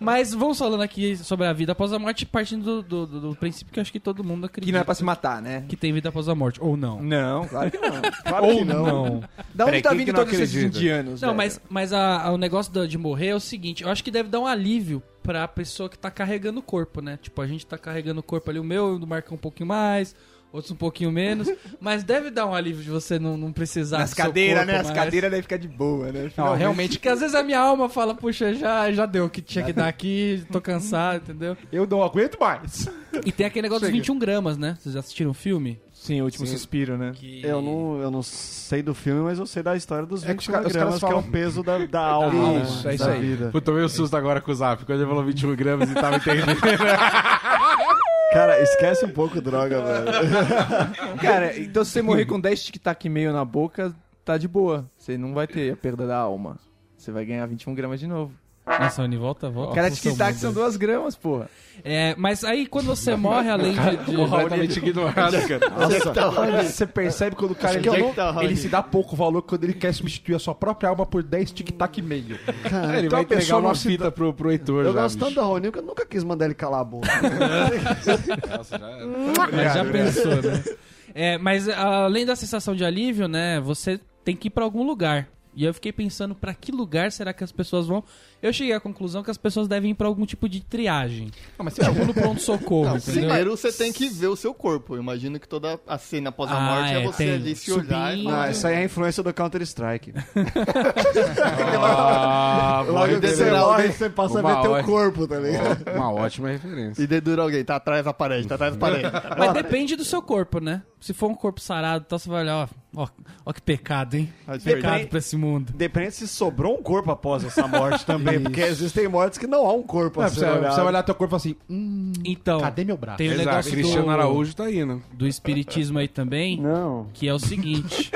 Speaker 1: Mas vamos falando aqui sobre a vida após a morte, partindo do, do- do princípio que eu acho que todo mundo
Speaker 4: Que
Speaker 1: acredita.
Speaker 4: não é pra se matar, né?
Speaker 1: que tem vida após a morte, ou não.
Speaker 4: Não, claro que não.
Speaker 2: Ou não.
Speaker 4: Da onde
Speaker 3: Peraí,
Speaker 4: tá
Speaker 3: quem
Speaker 4: vindo
Speaker 3: que não
Speaker 4: todos esses
Speaker 3: acredita?
Speaker 4: indianos?
Speaker 1: Não,
Speaker 4: velho?
Speaker 1: mas, mas a- a- o negócio da- de morrer é o seguinte, eu acho que deve dar um alívio pra pessoa que tá carregando o corpo, né? Tipo, a gente tá carregando o corpo ali, o meu, o do Marcão um pouquinho mais, outros um pouquinho menos,
Speaker 4: *laughs*
Speaker 1: mas deve dar um alívio de você não, não precisar
Speaker 4: Nas
Speaker 1: do seu
Speaker 4: cadeiras,
Speaker 1: corpo
Speaker 4: né? As
Speaker 1: mais.
Speaker 4: cadeiras devem ficar de boa, né?
Speaker 1: Não, realmente, que às vezes a minha alma fala, puxa, já, já deu o que tinha que dar aqui, tô cansado, entendeu?
Speaker 2: Eu não aguento mais.
Speaker 1: E tem aquele negócio dos 21 gramas, né? Vocês já assistiram o filme?
Speaker 4: Sim, o último suspiro, né?
Speaker 1: Que...
Speaker 6: Eu não, eu não sei do filme, mas eu sei da história dos
Speaker 2: É que os
Speaker 6: 21
Speaker 2: ca- os caras
Speaker 6: gramas, que *laughs* é
Speaker 2: falam-
Speaker 6: o peso da, da alma,
Speaker 2: Isso,
Speaker 6: né,
Speaker 2: é isso
Speaker 6: da
Speaker 2: aí.
Speaker 6: vida.
Speaker 3: Eu tomei um susto agora com o Zap, quando ele falou 21 gramas e tava entendendo.
Speaker 6: *laughs* Cara, esquece um pouco droga, velho.
Speaker 4: Cara, então se você morrer com 10 tic-tac e meio na boca, tá de boa. Você não vai ter a perda da alma. Você vai ganhar 21 gramas de novo.
Speaker 1: Nossa, Oni, volta, volta.
Speaker 4: Cara,
Speaker 1: Nossa,
Speaker 4: tic-tac
Speaker 1: meu
Speaker 4: são
Speaker 1: Deus.
Speaker 4: 2 gramas, porra.
Speaker 1: É, mas aí quando você morre, além de... de-
Speaker 3: Completamente ignorado, cara.
Speaker 6: Nossa,
Speaker 2: Você percebe quando o cara ele,
Speaker 5: Onde é que tá, Raoni?
Speaker 2: ele se dá pouco valor quando ele quer substituir a sua própria alma por 10 tic-tac e meio.
Speaker 3: Ele
Speaker 2: Então
Speaker 3: vai
Speaker 2: a
Speaker 3: pegar
Speaker 2: pessoa
Speaker 3: uma
Speaker 2: não se
Speaker 3: fita pro, pro Heitor
Speaker 6: eu
Speaker 3: já,
Speaker 6: gosto tanto
Speaker 3: bicho.
Speaker 6: da Roninho que eu nunca quis mandar ele calar a boca.
Speaker 1: Mas já pensou, né? É, mas a- além da sensação de alívio, né? Você tem que ir pra algum lugar. E eu fiquei pensando, pra que lugar será que as pessoas vão? Eu cheguei à conclusão que as pessoas devem ir pra algum tipo de triagem. *laughs*
Speaker 2: Não, mas você
Speaker 1: Tipo no pronto-socorro, entendeu?
Speaker 5: Primeiro você tem que ver o seu corpo. Eu imagino que toda a cena após a
Speaker 1: Ah,
Speaker 5: morte é,
Speaker 1: é,
Speaker 5: você
Speaker 1: tem.
Speaker 5: ali se
Speaker 1: Subir.
Speaker 5: olhar e
Speaker 6: Não,
Speaker 5: falar,
Speaker 6: essa aí é a influência do *laughs* Counter-Strike.
Speaker 3: Ah,
Speaker 6: Logo
Speaker 3: vai
Speaker 6: que você
Speaker 3: ter
Speaker 6: morre, você passa a
Speaker 3: Uma
Speaker 6: ver teu
Speaker 3: hora.
Speaker 6: corpo, tá ligado?
Speaker 3: Uma ótima referência.
Speaker 5: E dedura alguém, tá atrás da parede, tá atrás da parede.
Speaker 1: *laughs* Mas depende do seu corpo, né? Se for um corpo sarado, então você vai olhar, ó, ó, ó que pecado, hein?
Speaker 5: Mas
Speaker 1: Pecado
Speaker 5: verdade.
Speaker 1: pra esse mundo.
Speaker 6: Depende se sobrou um corpo após essa morte *laughs* também, porque existem mortes que não há um corpo
Speaker 3: É,
Speaker 6: a
Speaker 2: Você
Speaker 6: ser
Speaker 2: vai
Speaker 6: olhado.
Speaker 2: você vai olhar teu corpo e falar assim, hum,
Speaker 1: Então,
Speaker 2: cadê meu braço?
Speaker 1: tem o
Speaker 3: Exato,
Speaker 1: negócio
Speaker 3: Cristiano
Speaker 1: do,
Speaker 3: Araújo tá indo.
Speaker 1: do espiritismo aí também,
Speaker 6: Não.
Speaker 1: que é o seguinte.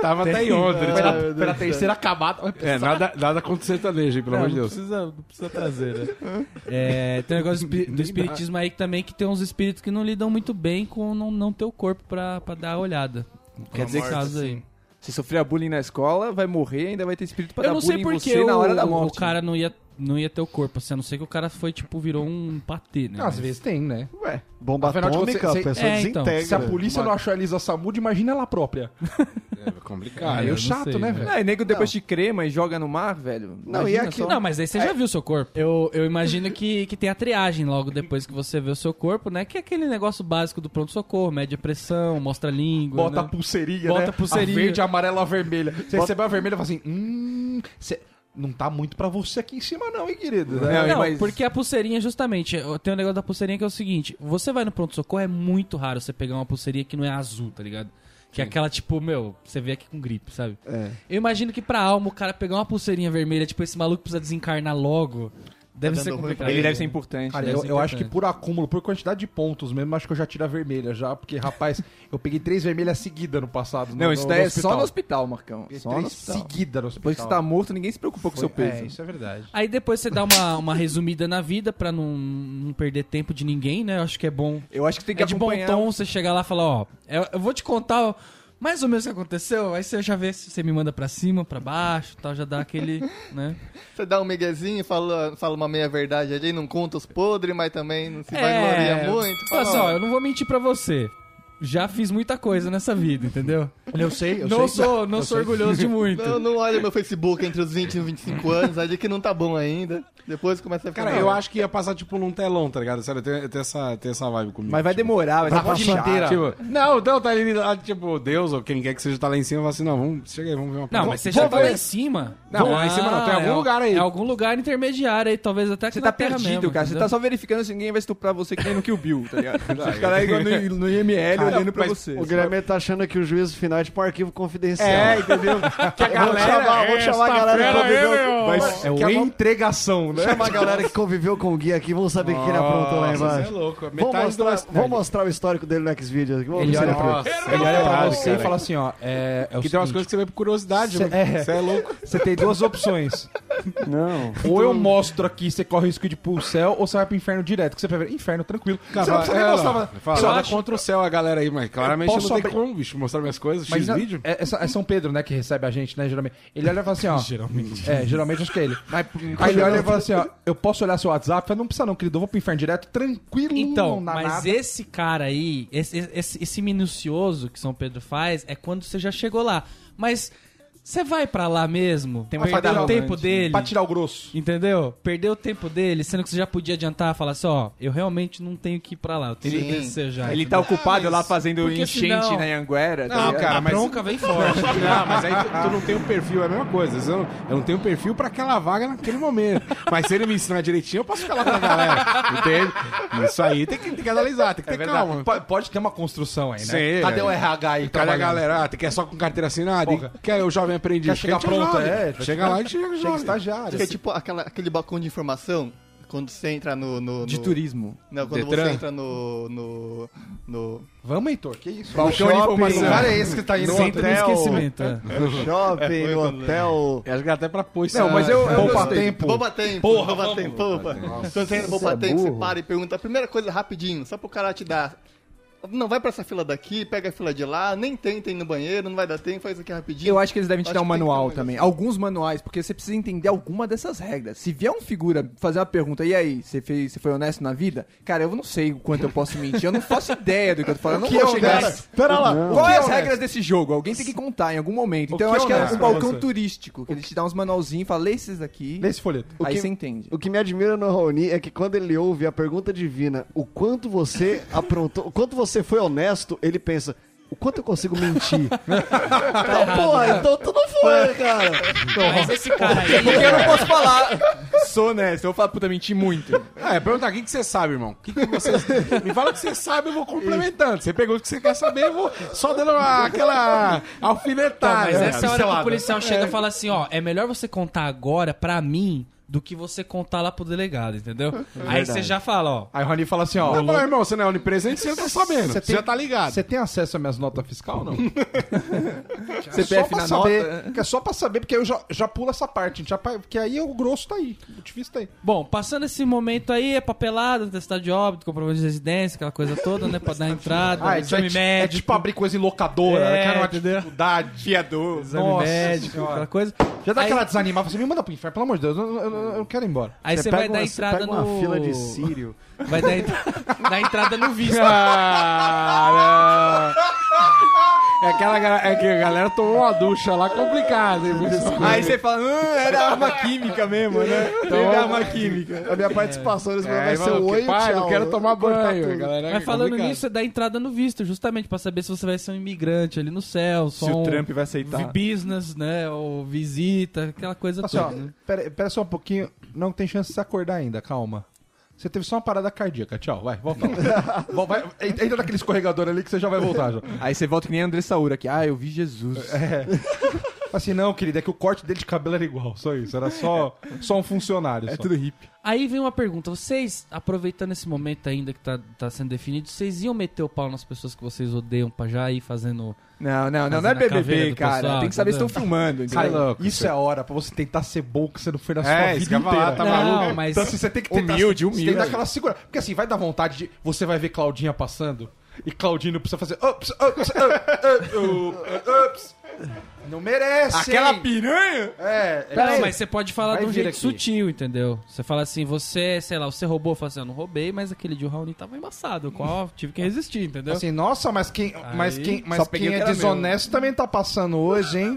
Speaker 3: Tava até em né? ontem. ele tava-
Speaker 2: Pela, pela terceira camada.
Speaker 3: É, nada, nada contra o sertanejo, hein, pelo amor de Deus.
Speaker 1: precisa, não precisa trazer, né? É, tem um negócio do espi- do espiritismo aí que também que tem uns espíritos que não lidam muito bem com não, não ter o corpo pra, pra dar a olhada.
Speaker 4: Quer dizer que
Speaker 1: caso aí.
Speaker 4: se sofrer bullying na escola, vai morrer e ainda vai ter espírito pra
Speaker 1: Eu
Speaker 4: dar
Speaker 1: não
Speaker 4: bullying
Speaker 1: sei
Speaker 4: em
Speaker 1: porque
Speaker 4: você na hora
Speaker 1: o-
Speaker 4: da
Speaker 1: o,
Speaker 4: morte.
Speaker 1: cara não ia não ia ter o corpo, assim, a não ser que o cara foi, tipo, virou um patê, né?
Speaker 2: Às
Speaker 1: Mas-
Speaker 2: vezes tem, né?
Speaker 6: Ué, bomba
Speaker 2: Afinal de contas,
Speaker 6: atômica,
Speaker 2: você-
Speaker 6: a pessoa
Speaker 1: é, então,
Speaker 6: desintegra.
Speaker 2: Se a polícia não achar a Elisa Samud, imagina ela própria.
Speaker 3: É complicado.
Speaker 2: Aí
Speaker 3: eu
Speaker 2: é
Speaker 3: não
Speaker 2: chato,
Speaker 3: sei,
Speaker 2: né, velho?
Speaker 4: Ah, e nego depois te crema e joga no mar, velho.
Speaker 6: Não, e
Speaker 4: Imagina
Speaker 6: aquilo-
Speaker 4: só.
Speaker 1: Não, mas aí você já viu o seu corpo. Eu, eu imagino que, que tem a triagem logo depois que você vê o seu corpo, né? Que é aquele negócio básico do pronto-socorro, mede a pressão, mostra a língua.
Speaker 2: Bota a
Speaker 1: né?
Speaker 2: pulseirinha,
Speaker 1: Bota
Speaker 2: né?
Speaker 1: a pulseirinha.
Speaker 2: verde, a amarela, a vermelha. Você recebeu a vermelha e fala assim, hum... cê- Não tá muito pra você aqui em cima não, hein, querido? né?
Speaker 4: Não,
Speaker 1: Não,
Speaker 4: mas-
Speaker 1: porque a pulseirinha, justamente, eu- tem um negócio da pulseirinha que é o seguinte: você vai no pronto-socorro, é muito raro você pegar uma pulseirinha que não é azul, tá ligado? Que é aquela, tipo, meu, você vê aqui com gripe, sabe?
Speaker 4: É.
Speaker 1: Eu imagino que pra alma o cara pegar uma pulseirinha vermelha, tipo, esse maluco precisa desencarnar logo. Deve
Speaker 4: Tá
Speaker 1: ser
Speaker 2: é-
Speaker 1: complicado.
Speaker 4: Ele deve ser importante.
Speaker 2: Cara,
Speaker 1: Deve
Speaker 2: eu,
Speaker 1: ser
Speaker 2: eu acho que
Speaker 1: importante.
Speaker 2: por acúmulo, por quantidade de pontos mesmo, acho que eu já tiro a vermelha já, porque, rapaz, eu peguei três vermelhas seguidas no passado. no-
Speaker 4: Não, isso
Speaker 2: no-
Speaker 4: daí
Speaker 2: no
Speaker 4: é só
Speaker 2: hospital.
Speaker 4: no hospital, Marcão.
Speaker 2: Peguei
Speaker 4: Só no
Speaker 2: Três
Speaker 4: hospital.
Speaker 2: seguidas no hospital.
Speaker 4: Depois que você tá morto, ninguém se preocupa com o seu peso.
Speaker 2: É, isso é verdade.
Speaker 1: Aí depois você dá uma, uma resumida na vida pra não, não perder tempo de ninguém, né? Eu acho que é bom.
Speaker 4: Eu acho que tem que
Speaker 1: É de bom
Speaker 4: acompanhar.
Speaker 1: tom você chegar lá e falar, ó, é, eu, eu vou te contar ó, mais ou menos o que aconteceu, aí você já vê se você me manda pra cima, pra baixo, tal, já dá aquele, né?
Speaker 5: Você dá um miguezinho, fala, fala uma meia-verdade ali, não conta os podres, mas também não se vangloria muito.
Speaker 1: Olha
Speaker 5: Fala,
Speaker 1: só,
Speaker 5: ó,
Speaker 1: eu É. não vou mentir pra você. Já fiz muita coisa nessa vida, entendeu?
Speaker 2: Eu sei, eu
Speaker 1: não
Speaker 2: sei.
Speaker 1: sou, não sou orgulhoso de muito.
Speaker 5: não, não olha meu Facebook entre os 20 e os 25 anos, ali que não tá bom ainda. Depois começa a ficar...
Speaker 3: Cara,
Speaker 5: mal.
Speaker 3: eu acho que ia passar, tipo, num telão, tá ligado? Sério, tem, tem, essa, tem essa vibe comigo.
Speaker 4: Mas vai
Speaker 3: tipo.
Speaker 4: demorar, vai ser
Speaker 2: tá
Speaker 3: Pode
Speaker 4: chato.
Speaker 3: deixar, tipo, não, então tá ali, lá, tipo, Deus ou quem quer que seja tá lá em cima, fala assim, não, vamos, chega aí, vamos ver uma
Speaker 1: Não,
Speaker 3: parada.
Speaker 1: mas você
Speaker 3: Vou
Speaker 1: já tá lá
Speaker 3: ver.
Speaker 1: em cima.
Speaker 3: Não, lá em cima não, tem algum
Speaker 1: é-
Speaker 3: lugar aí.
Speaker 1: É algum lugar intermediário aí, talvez até aqui
Speaker 4: Você
Speaker 1: na
Speaker 4: tá
Speaker 1: Terra
Speaker 4: perdido,
Speaker 1: mesmo,
Speaker 4: cara. Você
Speaker 1: entendeu?
Speaker 4: tá só verificando se ninguém vai estuprar você que nem no Kill Bill, tá
Speaker 3: *laughs*
Speaker 4: ligado? Os caras aí no, no IML olhando pra
Speaker 3: mas
Speaker 4: você.
Speaker 6: O Guilherme tá achando que o juízo final é tipo um arquivo confidencial.
Speaker 3: É, entendeu? Que a
Speaker 6: vou chamar, vou chamar a galera que conviveu.
Speaker 3: Mas é o entregação, né?
Speaker 6: Chama a galera que conviveu com o Gui aqui, vamos saber o que ele aprontou lá
Speaker 3: Nossa,
Speaker 6: embaixo.
Speaker 3: você é louco.
Speaker 6: Vamos
Speaker 3: Metade do
Speaker 6: mostrar,
Speaker 3: lado-
Speaker 6: vamos mostrar o histórico dele no Xvideos aqui. Vamos
Speaker 1: Ele
Speaker 6: ver se ele
Speaker 1: olha
Speaker 6: aprontou.
Speaker 2: Ele olha pra
Speaker 3: Caralho,
Speaker 2: É, você e
Speaker 3: é cara.
Speaker 2: fala assim, ó, é, é o
Speaker 3: Que tem umas
Speaker 2: seguinte,
Speaker 3: coisas que você vê por curiosidade,
Speaker 2: Cê-
Speaker 3: mano.
Speaker 2: é.
Speaker 3: Você é louco.
Speaker 2: Você tem duas opções.
Speaker 6: Não.
Speaker 2: Ou eu mostro aqui, você corre o risco de ir pro céu, ou você vai pro inferno direto, que você prefere inferno tranquilo. você não precisa nem mostrar. mas-
Speaker 3: Só dá contra o céu a galera aí, mas claramente
Speaker 2: Eu
Speaker 3: eu
Speaker 2: posso
Speaker 3: não tem
Speaker 2: abrir-
Speaker 3: como, bicho, mostrar minhas coisas,
Speaker 2: Mas
Speaker 3: x
Speaker 2: não-
Speaker 3: vídeo.
Speaker 2: É, é Sa- é São Pedro, né, que recebe a gente, né, geralmente. Ele olha e fala assim, ó... geralmente. É, geralmente acho que é ele. Aí ele olha e fala assim, ó, eu posso olhar seu WhatsApp? Eu falo, não precisa não, querido, eu vou pro inferno direto, um tranquilo,
Speaker 1: Então,
Speaker 2: não dá
Speaker 1: mas
Speaker 2: nada.
Speaker 1: esse cara aí, esse, esse, esse minucioso que São Pedro faz, é quando você já chegou lá. Mas você vai pra lá mesmo?
Speaker 4: Tem uma
Speaker 1: perder
Speaker 4: fada
Speaker 1: o tempo
Speaker 4: arrogante, né?
Speaker 1: dele?
Speaker 2: Pra tirar o grosso.
Speaker 1: Entendeu? Perder o tempo dele, sendo que você já podia adiantar e falar assim, ó, eu realmente não tenho que ir pra lá, eu tenho que
Speaker 5: Sim.
Speaker 1: descer já.
Speaker 4: Ele tá ocupado lá fazendo
Speaker 1: Porque
Speaker 4: enchente
Speaker 1: senão-
Speaker 4: na Anguera. tá
Speaker 3: Não,
Speaker 4: ligado?
Speaker 3: cara,
Speaker 1: a
Speaker 3: mas...
Speaker 1: bronca vem
Speaker 4: *laughs*
Speaker 1: forte.
Speaker 3: Não, mas aí tu, tu não tem o perfil, é a mesma coisa. Eu não, eu não tenho perfil pra aquela vaga naquele momento. Mas se ele me ensinar direitinho, eu posso ficar lá com a galera. Entende? Isso aí tem que, tem que analisar, tem que ter calma.
Speaker 2: Po- Pode ter uma construção aí, né?
Speaker 3: Sim,
Speaker 2: É Cadê
Speaker 3: é.
Speaker 2: o RH aí
Speaker 3: Cadê a
Speaker 2: trabalhando?
Speaker 3: galera? Ah, tu quer só com carteira assinada?
Speaker 2: Porra.
Speaker 3: E Quer o jovem aprendiz?
Speaker 2: Quer chegar
Speaker 3: Quer o
Speaker 2: pronto,
Speaker 3: jovem.
Speaker 2: é, vai
Speaker 3: Chega lá e chega o
Speaker 2: Chega
Speaker 3: jovem.
Speaker 2: estagiário.
Speaker 5: Que é tipo aquela- aquele balcão de informação, quando você entra no... no-
Speaker 4: De
Speaker 5: no-
Speaker 4: turismo.
Speaker 5: Não, quando
Speaker 3: Detran.
Speaker 5: você entra no... no, no
Speaker 2: Vamos, Heitor, que isso?
Speaker 3: Balcão de informação.
Speaker 2: Cara, é esse que tá indo
Speaker 1: Sempre no
Speaker 6: hotel.
Speaker 1: esquecimento. é.
Speaker 6: No shopping, no hotel.
Speaker 3: Acho que até pra pôr isso.
Speaker 4: Não, mas eu- eu
Speaker 2: Poupa
Speaker 4: gostei.
Speaker 2: tempo.
Speaker 5: Poupa tempo, porra, poupa tempo, poupa. Quando você entra no poupa tempo, você para e pergunta a primeira coisa rapidinho, só pro cara te dar. Não, vai pra essa fila daqui, pega a fila de lá, nem tenta ir no banheiro, não vai dar tempo, faz isso aqui rapidinho.
Speaker 4: Eu acho que eles devem te
Speaker 5: Acho
Speaker 4: dar um
Speaker 5: que tem que ter
Speaker 4: manual
Speaker 5: um negócio.
Speaker 4: também. Alguns manuais, porque você precisa entender alguma dessas regras. Se vier um figura fazer uma pergunta, e aí, você, fez, você foi honesto na vida? Cara, eu não sei o quanto eu posso mentir. Eu não faço ideia do que eu tô falando. Eu não
Speaker 2: Que
Speaker 4: vou chegar.
Speaker 2: honesto?
Speaker 4: Pera lá. Qual é as
Speaker 2: honesto?
Speaker 4: regras desse jogo? Alguém tem que contar em algum momento. Então
Speaker 2: que
Speaker 4: eu acho
Speaker 2: é
Speaker 4: que é
Speaker 2: honesto
Speaker 4: um
Speaker 2: pra
Speaker 4: balcão
Speaker 2: você?
Speaker 4: turístico, que eles te dão uns manualzinhos e falam, lê esses daqui.
Speaker 2: Nesse folheto.
Speaker 4: Aí
Speaker 6: que-
Speaker 4: você entende.
Speaker 6: O que me admira no Raoni é que quando ele ouve a pergunta divina, o quanto você aprontou, o quanto você foi honesto, ele pensa, o quanto eu consigo mentir? então, porra, então tu não foi, cara.
Speaker 4: Então,
Speaker 1: Mas esse cara
Speaker 4: *laughs* Porque
Speaker 1: aí,
Speaker 4: eu não posso falar. Sou honesto. Eu vou falar, puta, menti muito.
Speaker 3: É, perguntar o que, que você sabe, irmão. O Que que você... Me fala o que você sabe, eu vou complementando. Você pergunta o que você quer saber, eu vou só dando uma- aquela
Speaker 1: Então,
Speaker 3: alfinetada.
Speaker 1: mas
Speaker 3: né?
Speaker 1: essa é a hora que o
Speaker 3: Pincelada.
Speaker 1: policial chega e fala assim, ó, é melhor você contar agora pra mim do que você contar lá pro delegado, entendeu?
Speaker 4: É
Speaker 1: Aí você já fala, ó,
Speaker 2: Aí o Rony fala assim, ó...
Speaker 3: Não, fala, irmão, você não é onipresente, você tá sabendo.
Speaker 2: Você
Speaker 3: Você,
Speaker 2: tem-
Speaker 3: já tá ligado.
Speaker 2: Você tem acesso às minhas notas fiscal *laughs* ou não?
Speaker 4: CPF na nota.
Speaker 2: Que é só pra saber, porque eu já, já pulo essa parte, gente, já pa- porque aí o grosso tá aí, o difícil tá aí.
Speaker 1: Bom, passando esse momento aí, é papelada, testado de óbito, comprovante de residência, aquela coisa toda, né? Pra dar entrada, exame
Speaker 2: é, ti- é
Speaker 1: médico.
Speaker 2: tipo abrir coisa em locadora, né?
Speaker 1: É,
Speaker 2: Cara, uma
Speaker 1: entendeu?
Speaker 2: dificuldade.
Speaker 3: Fiador.
Speaker 1: Exame
Speaker 2: Nossa
Speaker 1: médico,
Speaker 2: Senhora.
Speaker 1: aquela coisa.
Speaker 2: Já dá
Speaker 1: Aí-
Speaker 2: aquela desanimada, fala assim, me manda pro inferno, pelo amor de Deus, eu, eu- eu eu eu quero ir embora.
Speaker 1: Aí você, vai
Speaker 6: pega
Speaker 1: dar
Speaker 6: uma-
Speaker 1: entrada no.
Speaker 6: pega uma fila de sírio.
Speaker 1: Vai dar, en- dar entrada no visto.
Speaker 3: Cara! É aquela ga- é que a galera tomou uma ducha lá complicada. hein?
Speaker 4: Aí você fala, hum, era arma química mesmo, né? Teve arma química.
Speaker 6: A minha participação nesse
Speaker 3: É,
Speaker 6: programa
Speaker 3: aí
Speaker 6: vai ser
Speaker 3: falou,
Speaker 6: o oi, tchau.
Speaker 3: pai,
Speaker 6: né?
Speaker 3: eu quero tomar banho.
Speaker 6: tudo.
Speaker 3: galera, é
Speaker 1: Mas falando
Speaker 3: complicado.
Speaker 1: nisso, é dar entrada no visto, justamente pra saber se você vai ser um imigrante ali no céu, só
Speaker 7: Se o
Speaker 1: um
Speaker 7: Trump vai
Speaker 1: vi-
Speaker 7: aceitar.
Speaker 1: business, né? Ou visita, aquela coisa
Speaker 2: Assim, ó,
Speaker 1: toda. né?
Speaker 2: pera, pera só um pouquinho. Não tem chance de se acordar ainda, calma. Você teve só uma parada cardíaca. Tchau, vai,
Speaker 4: *laughs*
Speaker 2: volta lá. Vol- vai, entra naquele escorregador ali que você já vai voltar. Já. É.
Speaker 4: Aí você volta que nem a André Saura aqui. Ah, eu vi Jesus.
Speaker 2: Assim, não, querida, é que o corte dele de cabelo era igual, só isso. Era só, só um funcionário.
Speaker 4: É
Speaker 2: só.
Speaker 7: hippie.
Speaker 1: Aí vem uma pergunta: vocês, aproveitando esse momento ainda que tá, tá sendo definido, vocês iam meter o pau nas pessoas que vocês odeiam pra já ir fazendo.
Speaker 4: Não, não, não, não é
Speaker 1: Fazendo a caveira
Speaker 4: BBB,
Speaker 1: do
Speaker 4: cara.
Speaker 1: pessoal,
Speaker 4: Tem que saber se
Speaker 1: entendeu?
Speaker 4: estão filmando.
Speaker 2: Cara,
Speaker 4: entendeu?
Speaker 2: isso é a hora pra você tentar ser bom que você não foi na sua
Speaker 3: É, isso
Speaker 2: vida
Speaker 3: que eu ia falar,
Speaker 2: inteira.
Speaker 3: tá
Speaker 1: não,
Speaker 3: maluco?
Speaker 1: mas.
Speaker 2: Então, assim, você tem que tentar.
Speaker 3: Humilde,
Speaker 2: Você tem que
Speaker 3: humilde.
Speaker 2: dar aquela segura. Porque assim, vai dar vontade de. Você vai ver Claudinha passando e Claudinho precisa fazer. Ups, ups, ups, ups, ups. Não merece!
Speaker 3: Aquela
Speaker 2: hein?
Speaker 3: piranha?
Speaker 2: É, é
Speaker 1: Não, mas você pode falar
Speaker 2: Vai
Speaker 1: de um
Speaker 2: vir
Speaker 1: jeito
Speaker 2: aqui.
Speaker 1: sutil, entendeu? Você fala assim, você, sei lá, você roubou, fala assim, eu não roubei, mas aquele de Raoni tava embaçado, o qual eu tive que resistir, entendeu?
Speaker 2: Assim, nossa, mas quem, mas quem, mas
Speaker 4: só peguei o
Speaker 2: quem
Speaker 4: que
Speaker 2: é
Speaker 4: era
Speaker 2: desonesto também tá passando hoje, hein?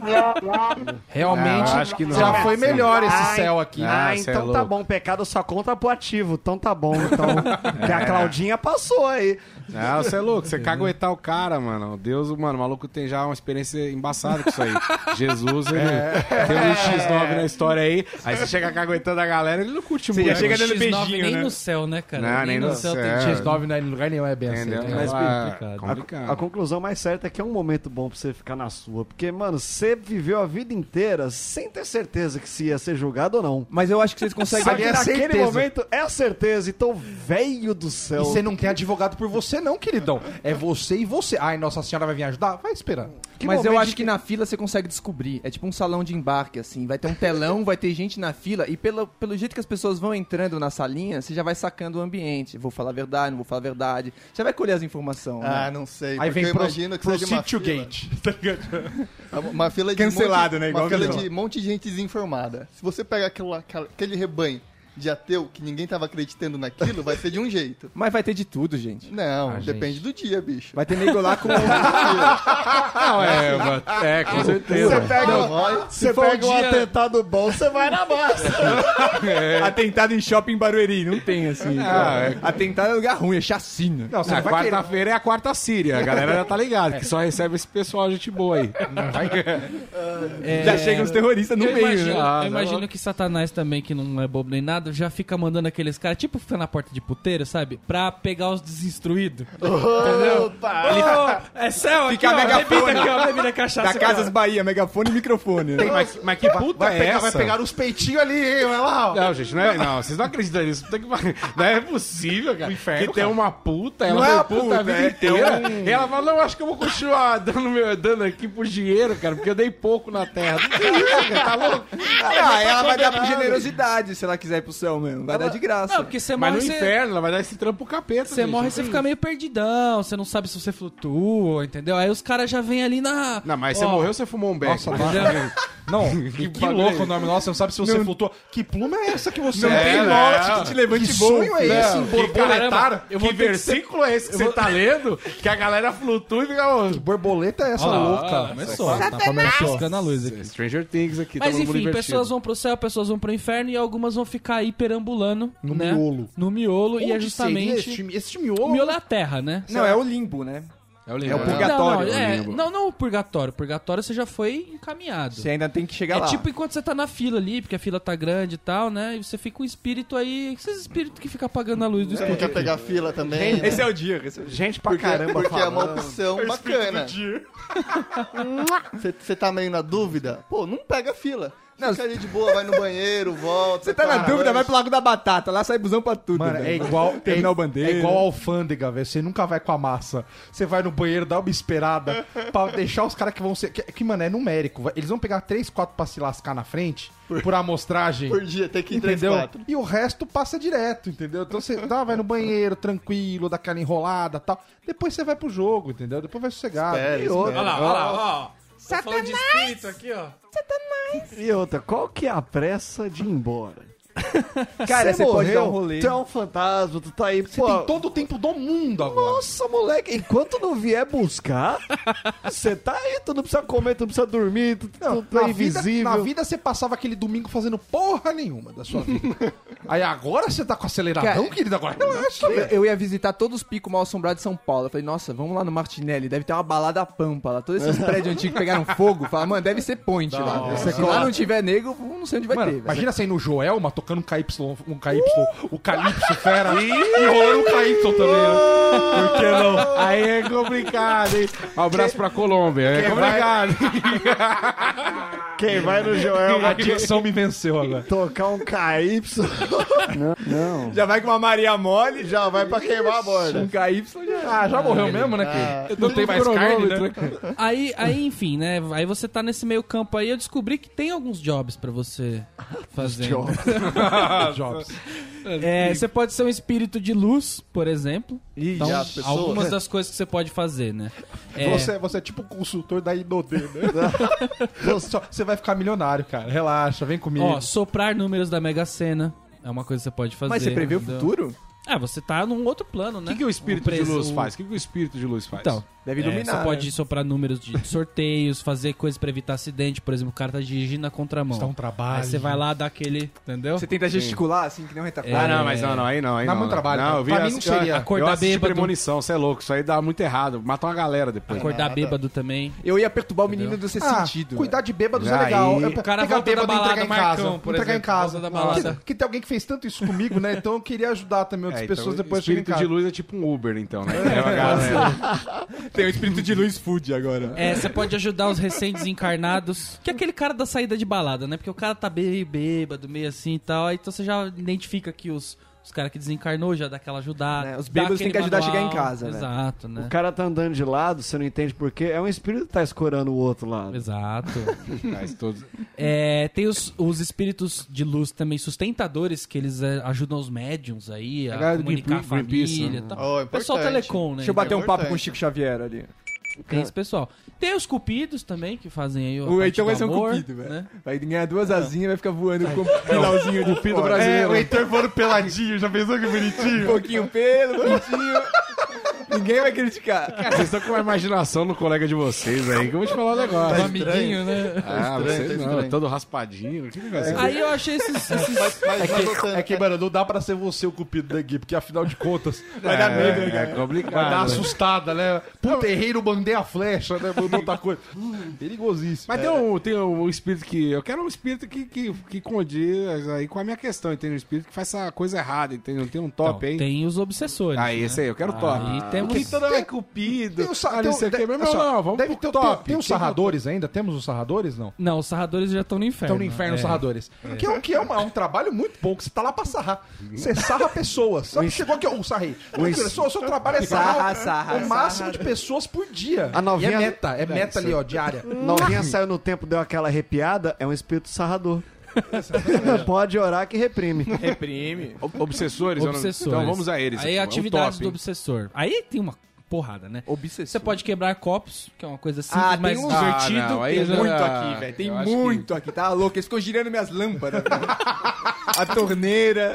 Speaker 2: Realmente,
Speaker 3: Ah, acho que não.
Speaker 2: já foi melhor esse
Speaker 6: Ai,
Speaker 2: céu aqui.
Speaker 6: Ah,
Speaker 3: Ah, cê é
Speaker 6: então tá
Speaker 3: louco.
Speaker 6: bom. Pecado só conta pro ativo. Então tá bom. Então,
Speaker 2: *laughs*
Speaker 6: que
Speaker 2: É.
Speaker 6: a Claudinha passou aí.
Speaker 3: Não, você é louco, você caguetar o cara, mano. Deus, mano, o maluco tem já uma experiência embaçada com isso aí. Jesus, ele
Speaker 4: É.
Speaker 3: tem um X9 na história aí, aí você chega caguetando a galera, ele não curte muito.
Speaker 4: é.
Speaker 7: já chega
Speaker 3: né?
Speaker 7: dando
Speaker 1: X9
Speaker 7: beijinho,
Speaker 1: nem
Speaker 7: né?
Speaker 1: no céu, né, cara?
Speaker 3: Não, nem no céu.
Speaker 1: tem X9.
Speaker 2: X9 não é em lugar nenhum, é bem assim.
Speaker 3: Entendeu?
Speaker 2: né?
Speaker 3: Mas
Speaker 1: complicado.
Speaker 3: complicado.
Speaker 6: A conclusão mais certa é que é um momento bom pra você ficar na sua. Porque, mano, você viveu a vida inteira sem ter certeza que se ia ser julgado ou não.
Speaker 4: Mas eu acho que vocês conseguem.
Speaker 6: Só que
Speaker 2: é
Speaker 6: naquele
Speaker 2: certeza.
Speaker 6: momento é a certeza. Então, velho do
Speaker 2: E
Speaker 6: céu.
Speaker 2: você não tem advogado por você, não, queridão. É você e você. Ai, Nossa Senhora vai vir ajudar? Vai esperando.
Speaker 4: Mas eu
Speaker 6: momento
Speaker 4: acho que na fila você consegue descobrir. É tipo um salão de embarque, assim. Vai ter um telão, vai ter gente na fila. E pelo, pelo jeito que as pessoas vão entrando na salinha, você já vai sacando o ambiente. Vou falar a verdade, não vou falar a verdade. Já vai colher as informações.
Speaker 5: Ah,
Speaker 4: né?
Speaker 5: não sei.
Speaker 2: Aí
Speaker 5: porque
Speaker 2: vem
Speaker 5: eu
Speaker 2: pro,
Speaker 5: imagino que
Speaker 2: pro
Speaker 5: seja uma
Speaker 2: sítio
Speaker 5: fila-
Speaker 2: gate. tá ligado?
Speaker 5: Uma fila de
Speaker 7: Cancelado,
Speaker 5: monte,
Speaker 7: né?
Speaker 5: Uma
Speaker 7: Igual
Speaker 5: fila
Speaker 7: virou.
Speaker 5: de monte de gente desinformada. Se você pegar aquilo, lá- aquela- aquele rebanho de ateu que ninguém tava acreditando naquilo, vai ser de um jeito.
Speaker 4: Mas vai ter de tudo, gente.
Speaker 5: Não, depende do dia, bicho.
Speaker 4: Vai ter nego lá com.
Speaker 3: Não, é, mano, é, com certeza.
Speaker 5: Não, vai-
Speaker 6: Você pega um atentado bom, você vai na massa.
Speaker 7: Atentado em shopping Barueri, não tem.
Speaker 4: Tem assim.
Speaker 3: Ah, é.
Speaker 4: Atentar é lugar ruim, é chacina.
Speaker 2: Não, você
Speaker 3: Na
Speaker 2: não vai querer.
Speaker 3: quarta-feira é a quarta síria, a galera já tá ligada, que só recebe esse pessoal, gente boa aí.
Speaker 7: Já
Speaker 1: É.
Speaker 7: chegam os terroristas no
Speaker 1: Eu
Speaker 7: meio,
Speaker 1: imagino,
Speaker 7: né?
Speaker 3: Ah,
Speaker 1: eu
Speaker 3: tá
Speaker 1: imagino
Speaker 3: louco.
Speaker 1: que Satanás também, que não é bobo nem nada, já fica mandando aqueles caras, tipo fica na porta de puteiro, sabe? Pra pegar os
Speaker 3: *laughs*
Speaker 1: desinstruídos.
Speaker 5: Opa!
Speaker 1: Ô, é céu, aqui,
Speaker 7: Fica
Speaker 1: ó,
Speaker 7: megafone.
Speaker 1: bebida aqui, ó, bebida cachaça.
Speaker 7: Da
Speaker 1: aqui, ó.
Speaker 7: Casas Bahia, megafone e microfone. né?
Speaker 2: Tem, mas, mas que puta vai,
Speaker 3: é
Speaker 2: pegar,
Speaker 3: essa?
Speaker 2: vai pegar os peitinhos ali, hein? Vai lá, ó.
Speaker 3: Não, gente, não é. Não, vocês não acreditam nisso. Puta que pariu. Não é possível, cara.
Speaker 2: inferno,
Speaker 3: que tem
Speaker 2: cara.
Speaker 3: uma puta, ela
Speaker 7: Não
Speaker 3: foi
Speaker 7: é a
Speaker 3: puta,
Speaker 7: puta,
Speaker 3: a vida
Speaker 7: é-
Speaker 3: inteira.
Speaker 7: é um-
Speaker 3: E ela fala, não, acho que eu vou continuar dando, meu, dando aqui pro dinheiro, cara, porque eu dei pouco na terra. Não tem isso, cara, tá louco?
Speaker 4: Ah, ela vai dar por generosidade se ela quiser ir pro céu mesmo. Vai dar de graça.
Speaker 1: Não, porque você
Speaker 3: Mas
Speaker 1: morre,
Speaker 3: no
Speaker 1: você,
Speaker 3: inferno, ela vai dar esse trampo pro capeta.
Speaker 1: você
Speaker 3: gente,
Speaker 1: morre,
Speaker 3: não
Speaker 1: você
Speaker 3: tem
Speaker 1: fica meio perdidão, você não sabe se você flutua, entendeu? Aí os caras já vêm ali na...
Speaker 3: isso. Não, mas você
Speaker 1: Ó,
Speaker 3: morreu, você fumou um beck. *laughs*
Speaker 2: Nossa,
Speaker 1: entendeu?
Speaker 2: Não, que, que
Speaker 3: bagulho
Speaker 2: louco
Speaker 3: é
Speaker 2: o nome nosso, você não sabe se você flutua. Que pluma é essa que você
Speaker 3: Não
Speaker 2: é? né?
Speaker 3: tem norte que te
Speaker 2: Que sonho é esse, em
Speaker 3: Que
Speaker 2: borboletário?
Speaker 3: caramba, eu vou que versículo é esse que você tá lendo? Que a galera flutua e fica. ó,
Speaker 2: Que borboleta é essa
Speaker 1: Ó,
Speaker 2: louca?
Speaker 1: Ah, Começou, tá piscando a luz aqui.
Speaker 3: Stranger Things aqui, tá
Speaker 1: Mas
Speaker 3: todo mundo
Speaker 1: enfim,
Speaker 3: divertido.
Speaker 1: pessoas vão pro céu, pessoas vão pro inferno e algumas vão ficar aí perambulando.
Speaker 2: No
Speaker 1: né?
Speaker 2: miolo.
Speaker 1: No miolo e é
Speaker 2: Onde seria Esse
Speaker 1: justamente.
Speaker 2: time, esse time ovo?
Speaker 1: O miolo é a terra, né?
Speaker 4: Não, é o limbo, né?
Speaker 3: É o, livro,
Speaker 4: É o
Speaker 3: né?
Speaker 4: purgatório.
Speaker 1: Não, não, é,
Speaker 3: Eu lembro.
Speaker 1: não, não o purgatório. O purgatório você já foi encaminhado.
Speaker 4: Você ainda tem que chegar
Speaker 1: É
Speaker 4: lá.
Speaker 1: tipo enquanto você tá na fila ali, porque a fila tá grande e tal, né? E você fica com um espírito aí. Esses espíritos que ficam apagando a luz do
Speaker 5: Não É, quer
Speaker 1: estúdio.
Speaker 5: pegar fila também. né?
Speaker 7: Esse é o dia. esse é o dia.
Speaker 6: Gente pra caramba
Speaker 5: porque é uma
Speaker 6: falando.
Speaker 5: opção bacana. Você tá meio na dúvida? Pô, não pega fila. Fica ali de boa, vai no banheiro, volta.
Speaker 4: Você tá na
Speaker 5: toma
Speaker 4: dúvida, vai
Speaker 5: banho.
Speaker 4: pro Lago da Batata. Lá sai busão pra tudo.
Speaker 2: Mano, é
Speaker 4: velho.
Speaker 2: igual.
Speaker 7: Terminal
Speaker 2: é,
Speaker 7: bandeira.
Speaker 2: é igual alfândega, velho. Você nunca vai com a massa. Você vai no banheiro, dá uma esperada pra deixar os caras que vão ser. Que, que, mano, é numérico. vai. Eles vão pegar 3, 4 pra se lascar na frente por, amostragem.
Speaker 5: Por dia, tem que ir três,
Speaker 2: Entendeu?
Speaker 5: quatro.
Speaker 2: E o resto passa direto, entendeu? Então você tá, vai no banheiro tranquilo, dá aquela enrolada e tal. Depois você vai pro jogo, entendeu? Depois vai sossegado.
Speaker 5: Espera,
Speaker 2: E outra,
Speaker 5: espera.
Speaker 1: lá, olha lá, ó. Tá falando de espírito aqui, ó.
Speaker 6: E outra, qual que é a pressa de ir embora? Cara,
Speaker 7: você pode dar um rolê.
Speaker 6: Tu é um fantasma, tu tá aí,
Speaker 2: Você
Speaker 6: pô.
Speaker 2: tem todo o tempo do mundo agora.
Speaker 6: Nossa, moleque, enquanto não vier buscar, você tá aí, tu não precisa comer, tu não precisa dormir, tu,
Speaker 2: Não,
Speaker 6: tu tá
Speaker 2: na vida-
Speaker 6: invisível.
Speaker 2: na vida você passava aquele domingo fazendo porra nenhuma da sua vida. Aí agora você tá com aceleradão,
Speaker 4: Cara,
Speaker 2: querido, agora relaxa,
Speaker 4: Eu,
Speaker 2: velho.
Speaker 4: eu ia visitar todos os picos mal assombrados de São Paulo. Eu falei, nossa, vamos lá no Martinelli, deve ter uma balada pampa lá. Todos
Speaker 2: *laughs*
Speaker 4: esses prédios antigos pegaram fogo. Falaram, mano, deve ser point lá. Se lá não tiver negro, eu não sei onde vai
Speaker 2: Mano,
Speaker 4: ter. velho.
Speaker 2: imagina você ir no Joelma tocando um KY, um KY, o Calypso
Speaker 3: Uh!
Speaker 2: Fera e rolando um KY também. Por que não?
Speaker 3: né? Aí é complicado, hein? Um abraço pra Colômbia. É complicado.
Speaker 6: Quem vai no Joel
Speaker 2: A
Speaker 6: vai
Speaker 2: dicção me venceu agora.
Speaker 6: tocar um KY.
Speaker 7: Já vai com uma Maria Mole.
Speaker 6: Já vai pra queimar a borda.
Speaker 7: Um KY já.
Speaker 2: Ah, já morreu mesmo, né, querido? Não tem mais carne, né?
Speaker 1: Aí, aí, enfim, né? Aí você tá nesse meio campo aí, eu descobri que tem alguns jobs pra você fazer.
Speaker 2: Jobs.
Speaker 1: É, você pode ser um espírito de luz, por exemplo. Então,
Speaker 5: já, as pessoas-
Speaker 1: algumas das coisas que você pode fazer, né? É,
Speaker 2: Você, você é tipo o consultor da Inodê, *laughs* né? você, só- você vai ficar milionário, cara. Relaxa, vem comigo.
Speaker 1: ó, soprar números da Mega Sena é uma coisa que você pode fazer.
Speaker 4: Mas você prevê o
Speaker 1: entendeu?
Speaker 4: futuro?
Speaker 1: Ah, você tá num outro plano,
Speaker 3: O
Speaker 1: né?
Speaker 3: que, que o espírito de
Speaker 1: preço-
Speaker 3: luz faz? O que, que o espírito de luz faz?
Speaker 1: Então,
Speaker 4: Deve
Speaker 1: é,
Speaker 4: iluminar.
Speaker 1: você pode soprar números de sorteios, fazer coisas pra evitar acidente. Por exemplo, o cara tá dirigindo na contramão.
Speaker 2: Está um trabalho.
Speaker 1: Aí você vai lá dar aquele, entendeu? É,
Speaker 4: Você tenta gesticular assim, que nem um retardado.
Speaker 3: Ah, não, mas não, não, aí não. Aí
Speaker 2: Dá
Speaker 3: não,
Speaker 2: muito trabalho,
Speaker 3: né? Não,
Speaker 2: cara.
Speaker 3: eu vi
Speaker 2: Pra mim
Speaker 3: as-
Speaker 2: não seria.
Speaker 3: eu-
Speaker 1: Acordar
Speaker 3: eu assisti
Speaker 1: bêbado.
Speaker 3: premonição, você é louco. Isso aí dá muito errado. Mata uma galera depois.
Speaker 1: Acordar bêbado também.
Speaker 4: Eu ia perturbar o menino do ser
Speaker 2: Ah,
Speaker 4: sentido.
Speaker 2: cuidar de bêbados é
Speaker 3: Aí.
Speaker 2: legal.
Speaker 1: O cara
Speaker 2: pegar
Speaker 1: volta da
Speaker 2: bêbado e
Speaker 1: balada,
Speaker 2: entregar em
Speaker 1: Marcão,
Speaker 2: casa.
Speaker 1: por
Speaker 2: entregar
Speaker 1: exemplo,
Speaker 2: em casa.
Speaker 1: volta da balada.
Speaker 2: Que, que tem alguém que fez tanto isso comigo, né? Então eu queria ajudar também outras
Speaker 3: É, então,
Speaker 2: pessoas depois de
Speaker 3: espírito
Speaker 2: chegar
Speaker 3: de
Speaker 2: em casa.
Speaker 3: luz é tipo um Uber, então, né? É uma galera.
Speaker 7: Tem o espírito de luz food agora.
Speaker 1: É, você pode ajudar os recém-desencarnados. Que é aquele cara da saída de balada, né? Porque o cara tá meio bêbado, meio assim e tal. aí Então você já identifica que os, os caras que desencarnou já dá aquela ajudada.
Speaker 4: Né, os
Speaker 1: dá
Speaker 4: bêbados têm
Speaker 1: aquele
Speaker 4: que ajudar a chegar
Speaker 1: manual.
Speaker 4: em casa, né?
Speaker 1: Exato, né?
Speaker 6: O cara tá andando de lado, você não entende por quê. É um espírito que tá escorando o outro lado.
Speaker 1: Exato.
Speaker 3: Mas todos-
Speaker 1: É, tem os, os espíritos de luz também sustentadores, que eles é, ajudam os médiums aí
Speaker 3: A
Speaker 1: a,
Speaker 3: galera do
Speaker 1: comunicar
Speaker 3: Greenpeace-
Speaker 1: a família
Speaker 3: Greenpeace,
Speaker 1: e tal.
Speaker 5: Oh, é
Speaker 1: Pessoal
Speaker 5: importante.
Speaker 1: telecom, né?
Speaker 4: Deixa eu bater
Speaker 2: É
Speaker 4: um papo
Speaker 5: Importante.
Speaker 4: com o Chico Xavier ali.
Speaker 1: Tem esse pessoal. Tem os cupidos também, que fazem aí
Speaker 4: então
Speaker 1: o
Speaker 7: O
Speaker 1: parte
Speaker 7: Heitor
Speaker 1: do
Speaker 7: vai ser um
Speaker 1: amor,
Speaker 7: cupido, velho.
Speaker 1: né?
Speaker 7: Vai ganhar duas asinhas e vai ficar voando com o finalzinho de
Speaker 2: é,
Speaker 7: cupido brasileiro.
Speaker 2: o Heitor voando peladinho, já pensou que
Speaker 7: Um
Speaker 2: bonitinho?
Speaker 7: pouquinho pelo, bonitinho. Ninguém vai criticar.
Speaker 3: Cara, vocês estão com uma imaginação no colega de vocês aí, que eu vou te falar um
Speaker 5: É
Speaker 3: negócio.
Speaker 1: Um
Speaker 2: Tá
Speaker 1: amiguinho, né?
Speaker 5: tá
Speaker 3: Ah, você não, é
Speaker 5: estranho.
Speaker 3: todo raspadinho. Que negócio é
Speaker 1: Aí eu achei esses- esses
Speaker 5: Mas, mas, mas você-
Speaker 2: É que, mano, não dá pra ser você o cupido da Gui, porque afinal de contas,
Speaker 3: Vai dar medo, é, É complicado.
Speaker 2: vai dar
Speaker 3: né?
Speaker 2: assustada, né? Pro terreiro mandei a flecha, né? Mandou outra coisa. Hum, Perigosíssimo.
Speaker 3: Mas tem, um, tem um espírito que. Eu quero um espírito que, que, que condiz aí com a minha questão, entende? Um espírito que faz essa coisa errada, entende? Não tem um top
Speaker 1: Então,
Speaker 3: aí.
Speaker 1: Tem os obsessores. né?
Speaker 3: Aí, esse aí, eu quero top.
Speaker 1: Aí temos-
Speaker 3: Que toda hora é cupido.
Speaker 2: um Tem o sa-
Speaker 3: ah,
Speaker 2: tem
Speaker 3: não
Speaker 2: o-
Speaker 3: sei o quê.
Speaker 2: de-
Speaker 3: Mas,
Speaker 2: olha
Speaker 3: não,
Speaker 2: só,
Speaker 3: vamos
Speaker 2: deve
Speaker 3: pro
Speaker 2: ter o-
Speaker 3: top.
Speaker 2: Tem os
Speaker 3: Quem-
Speaker 2: sarradores ainda? Temos os sarradores, não?
Speaker 1: Não, os sarradores já estão no inferno.
Speaker 2: Estão no inferno
Speaker 1: É.
Speaker 2: os sarradores. Que, é, um- que é, uma- é um trabalho muito pouco. Você tá lá pra sarrar. Você sarra pessoas. Sabe, chegou aqui, ó, o sarrei. Tranquilo, só- O seu trabalho é
Speaker 4: Sarra,
Speaker 2: sarrar,
Speaker 4: sarra,
Speaker 2: o máximo de pessoas por dia.
Speaker 6: A novinha-
Speaker 2: E é meta, é meta ali, ó, diária.
Speaker 6: Novinha saiu no tempo, deu aquela arrepiada, é um espírito sarrador. *laughs* Pode orar que reprime.
Speaker 4: Reprime.
Speaker 3: Ob- Obsessores, eu não-
Speaker 1: Obsessores.
Speaker 3: Então vamos a eles.
Speaker 1: Aí
Speaker 3: é o
Speaker 1: atividades do
Speaker 3: top, hein?
Speaker 1: obsessor. Aí tem uma porrada, né?
Speaker 4: Obsessor.
Speaker 1: Você pode quebrar copos, que é uma coisa simples,
Speaker 4: Ah, tem
Speaker 1: mas
Speaker 4: uns-
Speaker 1: divertida.
Speaker 3: Ah, não, aí
Speaker 4: Tem
Speaker 3: já-
Speaker 4: muito aqui, velho. Tem
Speaker 3: eu acho
Speaker 4: muito aqui. Tá louco? Eles ficam girando minhas lâmpadas. a torneira.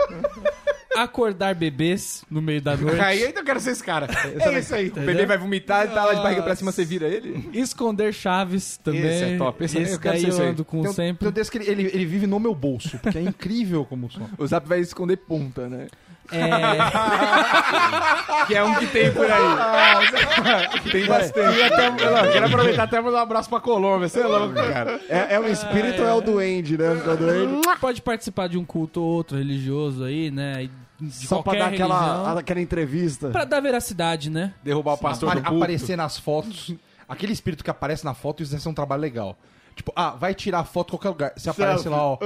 Speaker 1: Acordar bebês no meio da noite.
Speaker 3: que- Aí ainda eu quero ser
Speaker 2: *laughs*
Speaker 3: esse cara.
Speaker 7: É isso aí. O bebê vai vomitar, ele tá lá de barriga pra cima, você vira ele.
Speaker 1: Esconder chaves também.
Speaker 3: Esse é top, esse
Speaker 1: Esse,
Speaker 3: aí eu quero
Speaker 1: daí
Speaker 3: ser
Speaker 1: eu
Speaker 3: esse aí.
Speaker 1: ando com
Speaker 2: Tem um-
Speaker 1: sempre.
Speaker 2: tem um desse que ele, ele, ele vive no meu bolso, porque é incrível como som.
Speaker 7: O Zap vai esconder ponta, né?
Speaker 3: um-
Speaker 1: É,
Speaker 7: Que é um que tem por aí. tem bastante.
Speaker 3: E até- não, quero aproveitar até mandar um abraço pra Colômbia. Você é louco, cara.
Speaker 6: É, é um espírito ou é o duende, né? Ficou doente.
Speaker 1: pode participar de um culto ou outro religioso aí, né? E De
Speaker 6: Só pra
Speaker 1: qualquer
Speaker 6: dar
Speaker 1: religião.
Speaker 6: aquela, aquela entrevista.
Speaker 1: Pra dar veracidade, né?
Speaker 3: Derrubar o pastor do
Speaker 2: Apare-
Speaker 3: culto.
Speaker 2: aparecer nas fotos. Aquele espírito que aparece na foto, isso deve ser um trabalho legal. Tipo, ah, vai tirar a foto em qualquer lugar. Você aparece lá, ó.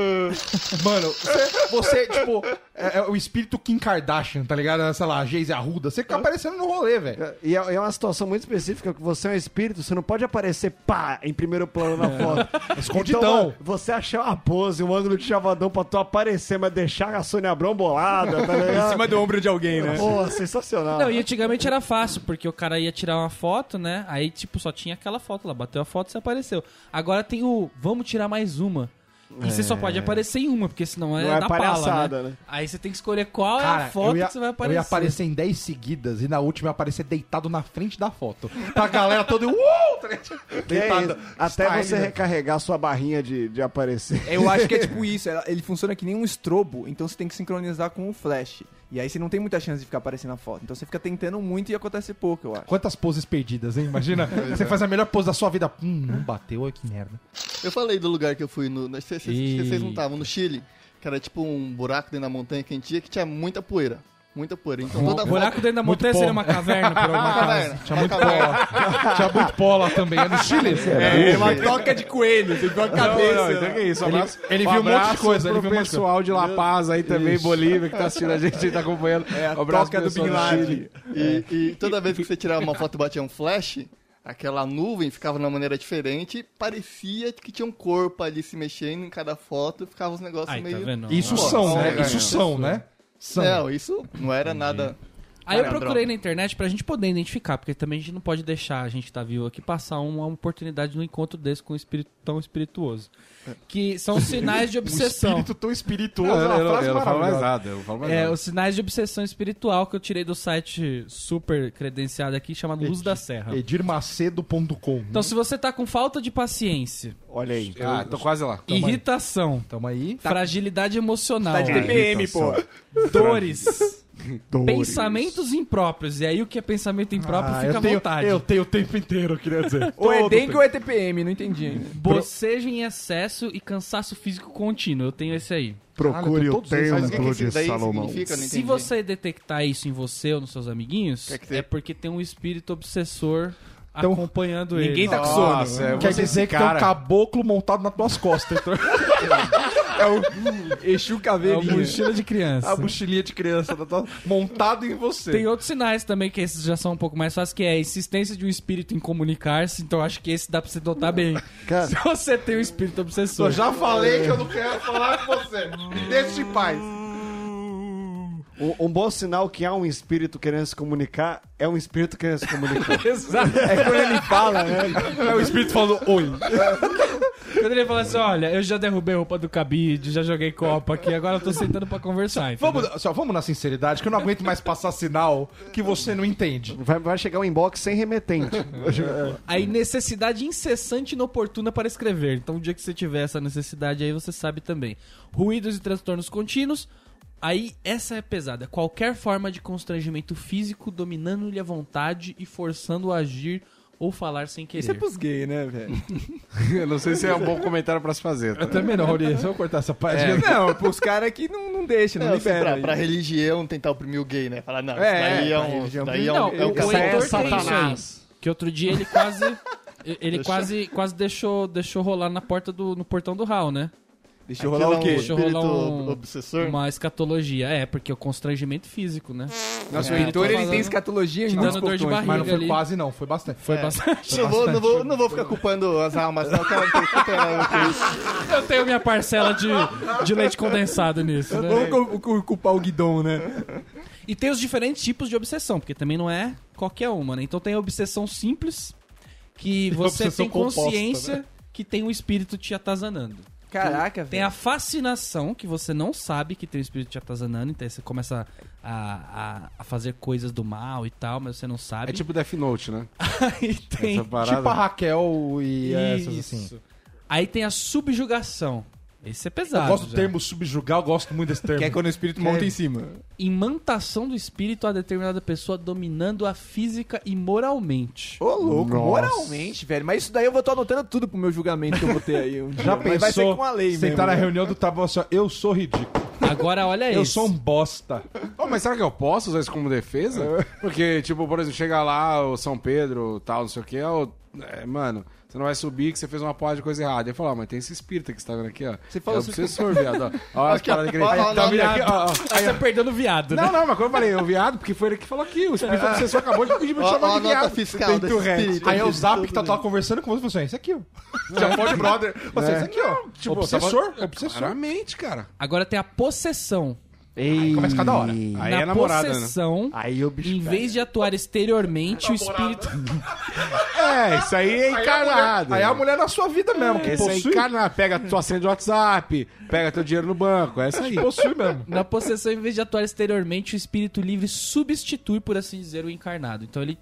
Speaker 2: Mano, você, você, tipo, é, é o espírito Kim Kardashian, tá ligado? Sei lá, Geise Arruda. Você fica aparecendo no rolê, velho.
Speaker 6: E é, é uma situação muito específica, que você é um espírito, você não pode aparecer pá, em primeiro plano
Speaker 7: É.
Speaker 6: na foto. Então,
Speaker 2: Escondidão.
Speaker 6: mano, você achar uma pose, um ângulo de chavadão pra tu aparecer, mas deixar a Sônia Abrão bolada, tá
Speaker 7: *laughs* Em
Speaker 6: ligado?
Speaker 7: cima do ombro de alguém, né?
Speaker 6: Pô, sensacional.
Speaker 1: Não, e antigamente era fácil, porque o cara ia tirar uma foto, né? Aí, tipo, só tinha aquela foto lá. Bateu a foto, você apareceu. Agora tem o vamos tirar mais uma. E você só
Speaker 2: É.
Speaker 1: pode aparecer em uma, porque senão é,
Speaker 6: Não é
Speaker 1: da
Speaker 6: palhaçada,
Speaker 1: pala, né?
Speaker 6: né?
Speaker 1: Aí você tem que escolher qual é a
Speaker 2: eu
Speaker 1: foto
Speaker 2: ia,
Speaker 1: que você vai
Speaker 2: eu
Speaker 1: aparecer.
Speaker 2: ia aparecer em 10 seguidas e na última eu ia aparecer deitado na frente da foto. Pra galera toda. Uou! Tá ligado?
Speaker 6: Que é
Speaker 2: Deitado.
Speaker 6: isso? Até
Speaker 2: Style,
Speaker 6: você
Speaker 2: né?
Speaker 6: recarregar sua barrinha de, de aparecer.
Speaker 4: Eu acho que é tipo isso, ela- ele funciona que nem um estrobo, então você tem que sincronizar com o flash. E aí você não tem muita chance de ficar aparecendo a foto. Então você fica tentando muito e acontece pouco, eu acho.
Speaker 2: Quantas poses perdidas, hein? Imagina. você faz a melhor pose da sua vida. Hum, não bateu, olha que merda.
Speaker 5: Eu falei do lugar que eu fui no. né, Vocês, vocês-
Speaker 2: E-
Speaker 5: vocês não estavam, no Chile. Que era tipo um buraco dentro da montanha quentia que tinha muita poeira. Muita poeira. Então toda
Speaker 1: O buraco dentro da
Speaker 2: um Muito
Speaker 1: montanha
Speaker 2: bom.
Speaker 1: seria uma caverna, por alguma
Speaker 2: *laughs*
Speaker 5: Uma
Speaker 1: acaso.
Speaker 5: caverna.
Speaker 2: Tinha
Speaker 5: Uma
Speaker 2: muito
Speaker 5: caverna.
Speaker 2: pó. Tinha muito pó lá também. É no Chile?
Speaker 7: É, uma toca de coelho, tem igual a cabeça.
Speaker 3: Não, não, então que isso, um
Speaker 2: Ele-
Speaker 3: abraço-
Speaker 2: ele viu um monte de
Speaker 3: abraço
Speaker 2: coisa, ele
Speaker 3: pro
Speaker 2: viu um monte de coisa.
Speaker 3: pessoal de La Paz aí também, Bolívia, que tá assistindo a gente, tá acompanhando. É a
Speaker 7: toca do Bin Laden.
Speaker 5: E, e toda vez que você tirava uma foto e batia um flash, aquela nuvem ficava de uma maneira diferente. Parecia que tinha um corpo ali se mexendo em cada foto. Ficava os negócios
Speaker 1: Aí,
Speaker 5: meio.
Speaker 1: tá vendo?
Speaker 2: Isso
Speaker 5: Pô,
Speaker 2: são,
Speaker 5: são,
Speaker 2: né?
Speaker 5: né,
Speaker 2: Isso são, né? São.
Speaker 5: Não, isso não era nada.
Speaker 1: Aí eu
Speaker 5: Cara,
Speaker 1: procurei
Speaker 5: droga.
Speaker 1: na internet pra gente poder identificar, porque também a gente não pode deixar a gente tá vivo aqui passar uma oportunidade num encontro desse com um espírito tão espirituoso.
Speaker 2: É.
Speaker 1: Que são sinais
Speaker 2: *laughs* Um
Speaker 1: de obsessão.
Speaker 2: tão espirituoso.
Speaker 3: Eu,
Speaker 7: né,
Speaker 2: é uma
Speaker 3: eu, eu,
Speaker 2: frase
Speaker 3: não falo mais
Speaker 2: maravilhosa.
Speaker 3: nada, eu não falo mais
Speaker 1: É,
Speaker 3: nada.
Speaker 1: os sinais de obsessão espiritual que eu tirei do site super credenciado aqui, chamado Luz da Serra.
Speaker 2: Edirmacedo.com.
Speaker 1: Ah. Então, se você tá com falta de paciência,
Speaker 6: Olha aí.
Speaker 3: Ah, tô quase lá.
Speaker 1: irritação,
Speaker 2: Tamo aí.
Speaker 4: Tá.
Speaker 1: Tá fragilidade emocional,
Speaker 7: Tá de TPM,
Speaker 2: Ah,
Speaker 7: pô.
Speaker 1: dores, pensamentos impróprios. E aí, o que é pensamento impróprio fica à vontade.
Speaker 2: Ah, tenho o tempo inteiro, queria dizer.
Speaker 4: Ou é
Speaker 2: Todo
Speaker 4: dengue
Speaker 2: tempo.
Speaker 4: ou é TPM, não entendi ainda.
Speaker 1: Bocejo em excesso e cansaço físico contínuo. Eu tenho esse aí.
Speaker 6: Procure
Speaker 2: Caralho, eu tô
Speaker 6: o
Speaker 2: todos eles. Mas o
Speaker 5: que que
Speaker 6: templo
Speaker 5: isso
Speaker 6: de
Speaker 5: daí
Speaker 6: Salomão.
Speaker 5: significa? Eu não
Speaker 1: Se
Speaker 5: entendi.
Speaker 1: você detectar isso em você ou nos seus amiguinhos,
Speaker 5: Quer dizer-
Speaker 1: é porque tem um espírito obsessor
Speaker 2: Então,
Speaker 1: acompanhando ele.
Speaker 7: Ninguém tá com sono.
Speaker 3: Nossa, é,
Speaker 2: Quer dizer
Speaker 3: você esse
Speaker 2: que tem um
Speaker 3: cara.
Speaker 2: caboclo montado nas tuas costas. *laughs* então. É
Speaker 4: Exu
Speaker 1: É uma
Speaker 4: Caveirinha.
Speaker 1: mochila de criança.
Speaker 2: a mochilinha de criança na tua- montado em você.
Speaker 1: Tem outros sinais também, que esses já são um pouco mais fáceis, que é a insistência de um espírito em comunicar-se, então acho que esse dá pra você notar bem.
Speaker 6: Cara.
Speaker 1: Se você tem um espírito obsessor.
Speaker 2: Eu já falei que eu não quero falar com você. Me deixa em paz.
Speaker 6: Um, um bom sinal que há um espírito querendo se comunicar é um espírito querendo se comunicar.
Speaker 7: *laughs*
Speaker 1: Exato.
Speaker 6: é quando ele fala, né?
Speaker 2: É o espírito falando oi.
Speaker 1: Quando ele fala assim, olha, eu já derrubei roupa do cabide, já joguei copa aqui, agora eu tô sentando pra conversar, entendeu?
Speaker 2: Vamos, só, vamos na sinceridade, que eu não aguento mais passar sinal que você não entende.
Speaker 6: Vai, vai chegar um inbox sem
Speaker 7: *laughs*
Speaker 6: remetente.
Speaker 1: Aí necessidade incessante e inoportuna para escrever. Então, o dia que você tiver essa necessidade aí, você sabe também. Ruídos e transtornos contínuos. Aí, essa é pesada. Qualquer forma de constrangimento físico dominando-lhe a vontade e forçando-o a agir ou falar sem querer.
Speaker 4: Isso é pros gays, né, velho?
Speaker 3: Eu não sei se é um bom comentário pra se fazer. tá?
Speaker 2: Também não, Aurinha, só eu cortar essa parte.
Speaker 4: É, não, pros caras que não, não deixam, não,
Speaker 5: Não, assim,
Speaker 4: liberam.
Speaker 5: pra, pra religião tentar oprimir o gay, né? Falar, não,
Speaker 4: É,
Speaker 5: isso daí é,
Speaker 4: pra
Speaker 5: um. isso
Speaker 4: religião.
Speaker 5: Daí é um,
Speaker 1: Não,
Speaker 5: é um
Speaker 1: o, o
Speaker 5: cacete.
Speaker 1: Heitor tem isso aí. Que outro dia ele
Speaker 4: *laughs*
Speaker 1: quase... Ele quase, quase deixou, deixou rolar na porta do, no portão do Hall, né?
Speaker 4: um Deixa eu rolar o quê?
Speaker 5: Deixa eu rolar um obsessor.
Speaker 1: Uma escatologia. É, porque é o constrangimento físico, né?
Speaker 4: Nossa,
Speaker 1: É,
Speaker 4: o Heitor,
Speaker 1: tô
Speaker 4: ele
Speaker 1: falando-
Speaker 4: tem escatologia em
Speaker 1: Te
Speaker 4: muitos
Speaker 1: dando dor de
Speaker 4: portões.
Speaker 2: Mas não
Speaker 1: barriga
Speaker 2: foi
Speaker 1: ali.
Speaker 2: quase, não, foi bastante.
Speaker 4: É.
Speaker 1: Foi bastante.
Speaker 5: Não vou, não, vou, não vou ficar culpando as almas, não, que ela não tem culpa nenhuma com isso.
Speaker 1: Eu tenho minha parcela de, de leite condensado nisso, né?
Speaker 4: Vamos cu- cu- culpar o Guidon, né?
Speaker 1: E tem os diferentes tipos de obsessão, porque também não é qualquer uma, né? Então tem a obsessão simples, que você
Speaker 2: obsessão
Speaker 1: tem
Speaker 2: composta,
Speaker 1: consciência que tem um espírito te atazanando.
Speaker 4: Caraca,
Speaker 1: Tem
Speaker 4: velho.
Speaker 1: a fascinação, que você não sabe que tem um espírito te atazanando, então aí você começa a, a, a fazer coisas do mal e tal, mas você não sabe.
Speaker 3: É tipo Death Note, né?
Speaker 1: Aí tem...
Speaker 3: Essa parada.
Speaker 2: Tipo a Raquel e essas assim.
Speaker 1: Isso. Aí tem a subjugação. Esse é pesado.
Speaker 2: Eu gosto do
Speaker 1: já.
Speaker 2: termo subjugar, eu gosto muito desse termo.
Speaker 4: Que é quando o espírito monta em cima.
Speaker 1: imantação do espírito a determinada pessoa dominando a física e moralmente.
Speaker 4: Ô, louco, moralmente, velho. Mas isso daí eu vou tô anotando tudo pro meu julgamento que eu vou ter aí. Um dia.
Speaker 2: *laughs* Já
Speaker 4: Mas vai ser
Speaker 2: pensou
Speaker 4: com a lei mesmo.
Speaker 2: Sentar na
Speaker 4: né?
Speaker 2: reunião do tabu assim, ó, eu sou ridículo.
Speaker 1: Agora olha isso.
Speaker 2: Eu sou um bosta.
Speaker 3: Oh, mas será que eu posso usar isso como defesa? Porque, tipo, por exemplo, chega lá o São Pedro, tal, não sei o quê, ó, é, mano, você não vai subir que você fez uma porra de coisa errada. Eu falo, ah, mas tem esse espírito que você tá vendo aqui, ó.
Speaker 4: Você falou
Speaker 3: é o
Speaker 4: assim-
Speaker 3: obsessor, viado. ó. Olha as
Speaker 5: Aqui, ó,
Speaker 3: paradas que ele
Speaker 5: ó, ó,
Speaker 3: tá
Speaker 5: ó,
Speaker 3: vendo aqui, ó, ó.
Speaker 1: Aí você perdeu no viado, né?
Speaker 3: Não, não, mas quando eu falei, o viado, porque foi ele que falou aqui. O espírito obsessor acabou de pedir pra eu te
Speaker 5: Ó, ó
Speaker 3: chamar
Speaker 5: a
Speaker 3: de
Speaker 5: nota
Speaker 3: viado.
Speaker 5: fiscal desse espírito.
Speaker 2: Aí é o Zap que tá lá conversando com você, você, isso aqui,
Speaker 3: Tá,
Speaker 2: ó. Já pode, É. brother. Você, isso aqui, ó.
Speaker 3: Tipo,
Speaker 2: obsessor,
Speaker 3: tava-
Speaker 2: obsessor.
Speaker 3: Claramente, cara.
Speaker 1: Agora tem a possessão,
Speaker 6: Ei,
Speaker 2: começa cada hora.
Speaker 6: Aí,
Speaker 3: Aí é
Speaker 1: na
Speaker 3: namorada, né?
Speaker 1: possessão,
Speaker 6: o bicho.
Speaker 1: em vez de atuar exteriormente, o espírito.
Speaker 3: É, isso aí é encarnado.
Speaker 2: Aí é a mulher na sua vida mesmo, que
Speaker 3: Esse é
Speaker 2: possui.
Speaker 3: encarnado. Pega tua senha de WhatsApp, pega teu dinheiro no banco. É isso aí.
Speaker 2: Possui mesmo.
Speaker 1: Na possessão, em vez de atuar exteriormente, o espírito livre substitui, por assim dizer, o encarnado. Então ele